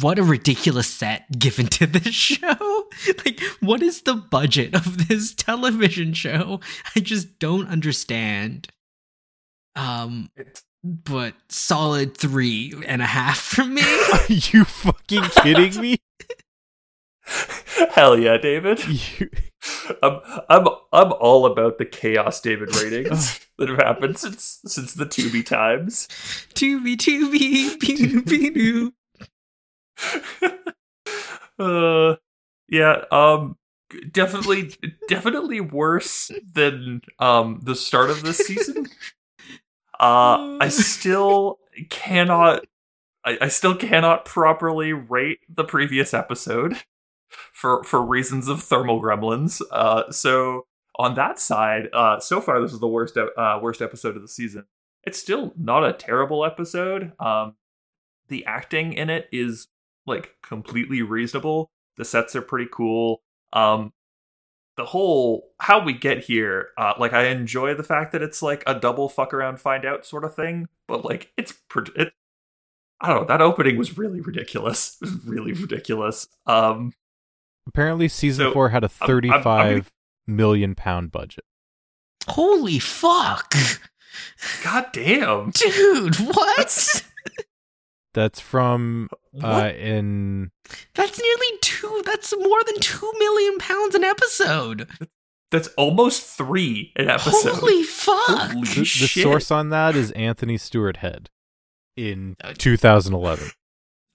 [SPEAKER 2] What a ridiculous set given to this show. Like, what is the budget of this television show? I just don't understand. Um,
[SPEAKER 3] It-
[SPEAKER 2] but solid three and a half from me.
[SPEAKER 1] Are you fucking kidding me?
[SPEAKER 3] Hell yeah, David.
[SPEAKER 1] You,
[SPEAKER 3] I'm I'm I'm all about the chaos David ratings that have happened since since the Tubi times.
[SPEAKER 2] Tooby tooby beenu beenu.
[SPEAKER 3] uh, yeah, um definitely definitely worse than um the start of this season. Uh I still cannot I, I still cannot properly rate the previous episode for for reasons of thermal gremlins. Uh so on that side, uh so far this is the worst e- uh worst episode of the season. It's still not a terrible episode. Um the acting in it is like completely reasonable. The sets are pretty cool. Um the whole how we get here, uh like I enjoy the fact that it's like a double fuck around find out sort of thing, but like it's pred it, I don't know, that opening was really ridiculous. It was really ridiculous. Um
[SPEAKER 1] apparently, season
[SPEAKER 3] So,
[SPEAKER 1] four had a
[SPEAKER 3] I'm- I'm gonna-
[SPEAKER 1] thirty-five million pound budget.
[SPEAKER 2] Holy fuck.
[SPEAKER 3] god damn.
[SPEAKER 2] Dude, what?
[SPEAKER 1] That's from
[SPEAKER 3] What?
[SPEAKER 1] uh in
[SPEAKER 2] That's nearly two. That's more than two million pounds an episode.
[SPEAKER 3] That's almost 3 an episode.
[SPEAKER 2] Holy fuck.
[SPEAKER 3] Holy
[SPEAKER 1] the, the
[SPEAKER 3] shit.
[SPEAKER 1] source on that is Anthony Stewart Head in 2011.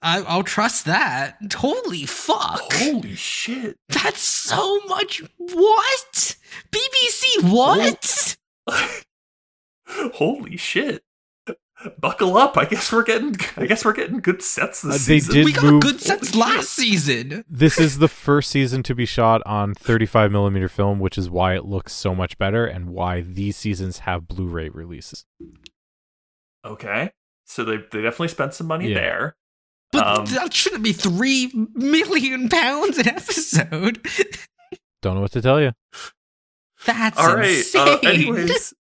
[SPEAKER 2] I, I'll trust that. Holy fuck.
[SPEAKER 3] Holy shit.
[SPEAKER 2] That's so much. What? BBC, what?
[SPEAKER 3] Holy shit. Buckle up. I guess we're getting I guess we're getting good sets this
[SPEAKER 1] Uh, they
[SPEAKER 3] season.
[SPEAKER 1] did
[SPEAKER 2] We got
[SPEAKER 1] move-
[SPEAKER 2] good sets
[SPEAKER 3] Holy shit.
[SPEAKER 2] last season.
[SPEAKER 1] This is the first season to be shot on 35 millimeter film, which is why it looks so much better and why these seasons have Blu-ray releases.
[SPEAKER 3] Okay. So they they definitely spent some money
[SPEAKER 1] Yeah.
[SPEAKER 3] there.
[SPEAKER 2] But
[SPEAKER 3] Um,
[SPEAKER 2] that shouldn't be three million pounds an episode.
[SPEAKER 1] Don't know what to tell you.
[SPEAKER 2] That's
[SPEAKER 3] All right.
[SPEAKER 2] insane.
[SPEAKER 3] Uh, anyways,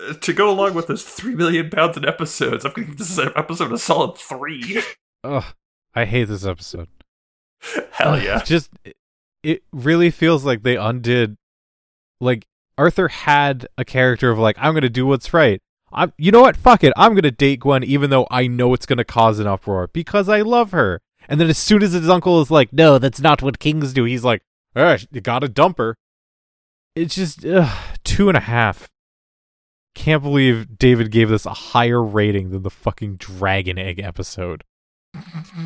[SPEAKER 3] uh, to go along with this three million pounds in episodes, I'm going to give this episode a solid three.
[SPEAKER 1] Ugh, I hate this episode.
[SPEAKER 3] Hell yeah.
[SPEAKER 1] Just it really feels like they undid like Arthur had a character of like I'm going to do what's right. I'm you know what? Fuck it. I'm going to date Gwen even though I know it's going to cause an uproar because I love her. And then as soon as his uncle is like, "No, that's not what kings do." He's like, "Eh, you got to dump her." It's just ugh, two and a half. Can't believe David gave this a higher rating than the fucking Dragon Egg episode.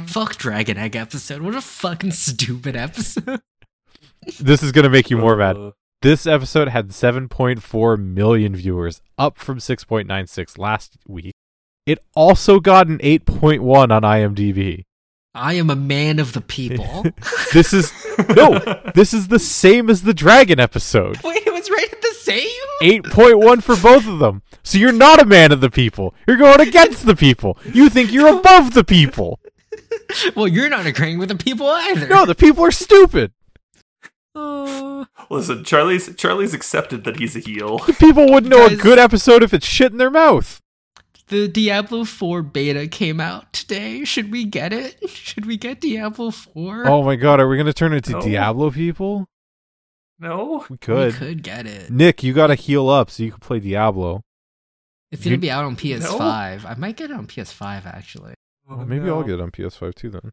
[SPEAKER 2] Fuck Dragon Egg episode. What a fucking stupid episode.
[SPEAKER 1] This is gonna make you more mad.
[SPEAKER 3] Uh,
[SPEAKER 1] This episode had 7.4 million viewers, up from 6.96 last week. It also got an 8.1 on IMDb.
[SPEAKER 2] I am a man of the people.
[SPEAKER 1] This is no, this is the same as the dragon episode.
[SPEAKER 2] Wait, it was rated the same?
[SPEAKER 1] 8.1 for both of them. So you're not a man of the people. You're going against the people. You think you're above the people.
[SPEAKER 2] Well, you're not agreeing with the people either.
[SPEAKER 1] No, the people are stupid.
[SPEAKER 2] Oh.
[SPEAKER 3] Listen, Charlie's Charlie's accepted that he's a heel.
[SPEAKER 1] The people wouldn't know a
[SPEAKER 2] Guys.
[SPEAKER 1] good episode if it's shit in their mouth.
[SPEAKER 2] the Diablo 4 beta came out today. Should we get it? Should we get Diablo 4?
[SPEAKER 1] Oh my god, are we going to turn into
[SPEAKER 3] No.
[SPEAKER 1] Diablo people?
[SPEAKER 3] No,
[SPEAKER 1] We
[SPEAKER 2] we
[SPEAKER 1] could.
[SPEAKER 2] could get it.
[SPEAKER 1] Nick, you got to heal up so you can play Diablo.
[SPEAKER 2] It's gonna
[SPEAKER 1] You-
[SPEAKER 2] be out on PS5. I might get it on PS5 actually.
[SPEAKER 3] Oh,
[SPEAKER 1] Maybe I'll get it on PS5 too then.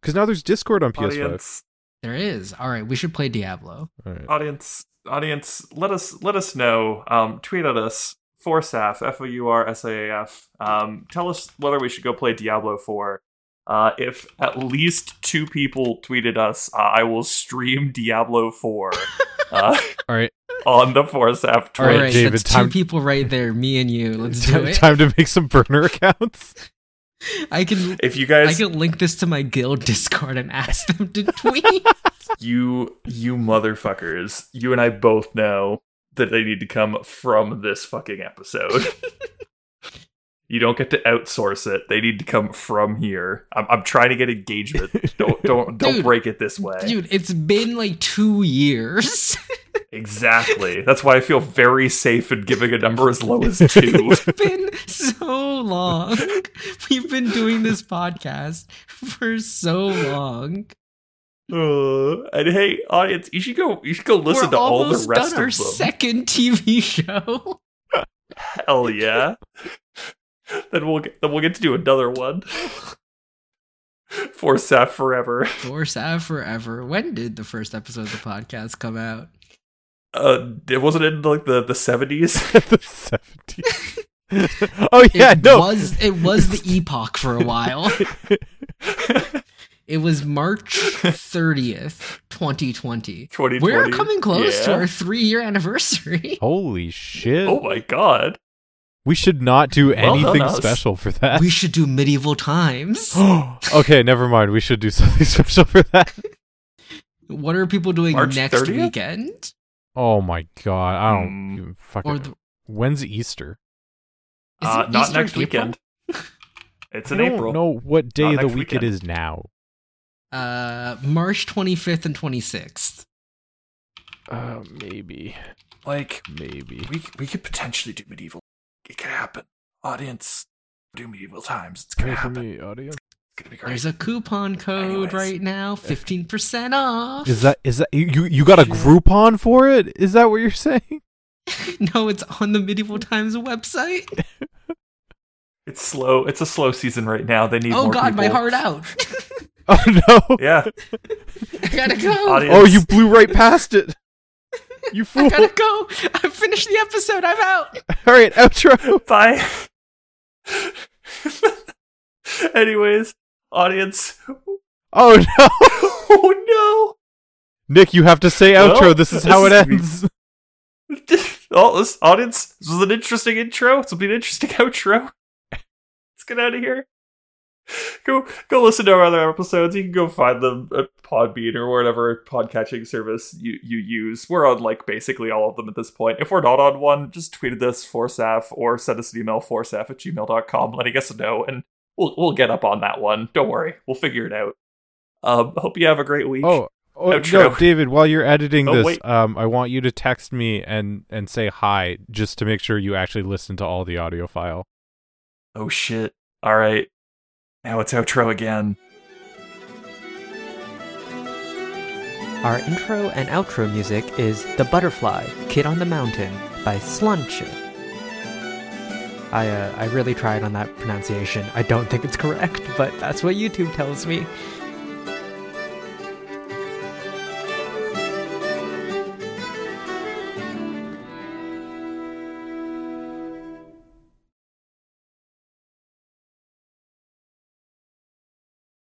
[SPEAKER 1] Because now there's Discord on PS5.
[SPEAKER 3] Audience, Oh,
[SPEAKER 2] There is. All right, we should play Diablo.
[SPEAKER 1] All right.
[SPEAKER 3] audience, audience. Let us let us know. Um, tweet at us. Forsaf, F O U R S A A F. Um, tell us whether we should go play Diablo Four. Uh, if at least two people tweeted us, uh, I will stream Diablo Four uh,
[SPEAKER 1] All right.
[SPEAKER 3] on the Forsaf
[SPEAKER 1] All
[SPEAKER 2] All
[SPEAKER 1] right,
[SPEAKER 2] right,
[SPEAKER 3] Twitter.
[SPEAKER 1] David,
[SPEAKER 2] that's
[SPEAKER 1] time-
[SPEAKER 2] two people right there, me and you. Let's do
[SPEAKER 1] Time,
[SPEAKER 2] it.
[SPEAKER 1] time to make some burner accounts.
[SPEAKER 2] I can
[SPEAKER 3] If you
[SPEAKER 2] I
[SPEAKER 3] guys
[SPEAKER 2] can link this to my guild Discord and ask them to tweet.
[SPEAKER 3] you you motherfuckers you and i both know that they need to come from this fucking episode you don't get to outsource it they need to come from here i'm, I'm trying to get engagement don't don't don't
[SPEAKER 2] Dude.
[SPEAKER 3] break it this way
[SPEAKER 2] Dude, it's been like two years.
[SPEAKER 3] exactly that's why i feel very safe in giving a number as low as two
[SPEAKER 2] It's been so long. We've been doing this podcast for so long.
[SPEAKER 3] Uh, and hey audience you should go you should go listen
[SPEAKER 2] We're
[SPEAKER 3] to all the
[SPEAKER 2] almost
[SPEAKER 3] rest
[SPEAKER 2] done our
[SPEAKER 3] of them
[SPEAKER 2] second TV show.
[SPEAKER 3] hell yeah then we'll get, then we'll get to do another one for saf forever
[SPEAKER 2] For Sad Forever. When did the first episode of the podcast come out?
[SPEAKER 3] uh it wasn't in like the the 70s
[SPEAKER 1] the 70s. oh yeah,
[SPEAKER 2] it
[SPEAKER 1] no.
[SPEAKER 2] was it was the epoch for a while. It was March 30th, 2020.
[SPEAKER 3] 2020
[SPEAKER 2] We're coming close to
[SPEAKER 3] Yeah.
[SPEAKER 2] our three year anniversary.
[SPEAKER 1] Holy shit.
[SPEAKER 3] oh my god
[SPEAKER 1] We should not do
[SPEAKER 3] done,
[SPEAKER 1] anything
[SPEAKER 3] us.
[SPEAKER 1] special for that.
[SPEAKER 2] We should do medieval times.
[SPEAKER 3] Uh,
[SPEAKER 1] okay, never mind. We should do something special for that.
[SPEAKER 2] What are people doing
[SPEAKER 3] March
[SPEAKER 2] next
[SPEAKER 3] 30th?
[SPEAKER 2] weekend?
[SPEAKER 1] Oh my god. I don't
[SPEAKER 3] Mm.
[SPEAKER 1] even fucking
[SPEAKER 2] Or the, is
[SPEAKER 1] When's Easter?
[SPEAKER 2] it
[SPEAKER 3] uh
[SPEAKER 2] Easter
[SPEAKER 3] not
[SPEAKER 2] in
[SPEAKER 3] next
[SPEAKER 2] April?
[SPEAKER 3] weekend it's
[SPEAKER 1] I
[SPEAKER 3] in
[SPEAKER 1] don't
[SPEAKER 3] april
[SPEAKER 1] know what day
[SPEAKER 3] Not
[SPEAKER 1] of the
[SPEAKER 3] next
[SPEAKER 1] week it
[SPEAKER 3] weekend.
[SPEAKER 1] is now.
[SPEAKER 2] Uh, March 25th and 26th.
[SPEAKER 1] Uh, maybe.
[SPEAKER 3] like
[SPEAKER 1] Maybe.
[SPEAKER 3] we we could potentially do medieval it could happen audience do medieval times it's gonna happen
[SPEAKER 1] audience.
[SPEAKER 3] it's gonna be great
[SPEAKER 2] There's a coupon code
[SPEAKER 3] Anyways.
[SPEAKER 2] right now, 15% off.
[SPEAKER 1] Is that is that you you got a
[SPEAKER 3] Shit.
[SPEAKER 1] Groupon for it? Is that what you're saying?
[SPEAKER 2] No, it's on the Medieval Times website.
[SPEAKER 3] it's slow it's a slow season right now they need
[SPEAKER 2] Oh
[SPEAKER 3] more
[SPEAKER 2] god, my
[SPEAKER 3] people.
[SPEAKER 2] heart out.
[SPEAKER 1] Oh no.
[SPEAKER 3] yeah
[SPEAKER 2] I gotta go.
[SPEAKER 3] Audience.
[SPEAKER 1] Oh, you blew right past it. You
[SPEAKER 2] I
[SPEAKER 1] fool.
[SPEAKER 2] gotta go. I finished the episode. I'm out.
[SPEAKER 1] All right, outro.
[SPEAKER 3] Bye. Anyways, audience.
[SPEAKER 1] Oh no.
[SPEAKER 3] Oh
[SPEAKER 1] Nick, you have to say outro.
[SPEAKER 3] Well,
[SPEAKER 1] this is how it
[SPEAKER 3] this is-
[SPEAKER 1] ends.
[SPEAKER 3] no! Oh, this audience. This was an interesting intro. This will be an interesting outro. Let's get out of here. Go, go listen to our other episodes. You can go find them at Podbean or whatever podcatching service you, you use. We're on like basically all of them at this point. If we're not on one, just tweet at us, forsaf, or send us an email, forsaf at gmail.com, letting us know, and we'll, we'll get up on that one. Don't worry. We'll figure it out. Um, hope you have a great week.
[SPEAKER 1] Oh, oh no,
[SPEAKER 3] Outro.
[SPEAKER 1] David, while you're editing
[SPEAKER 3] Oh,
[SPEAKER 1] this,
[SPEAKER 3] wait.
[SPEAKER 1] um, I want you to text me and and say hi just to make sure you actually listen to all the audio file.
[SPEAKER 3] Oh shit. All right. Now it's outro again.
[SPEAKER 5] Our intro and outro music is The Butterfly, Kid on the Mountain by Slunch. I, uh, I really tried on that pronunciation. I don't think it's correct, but that's what YouTube tells me.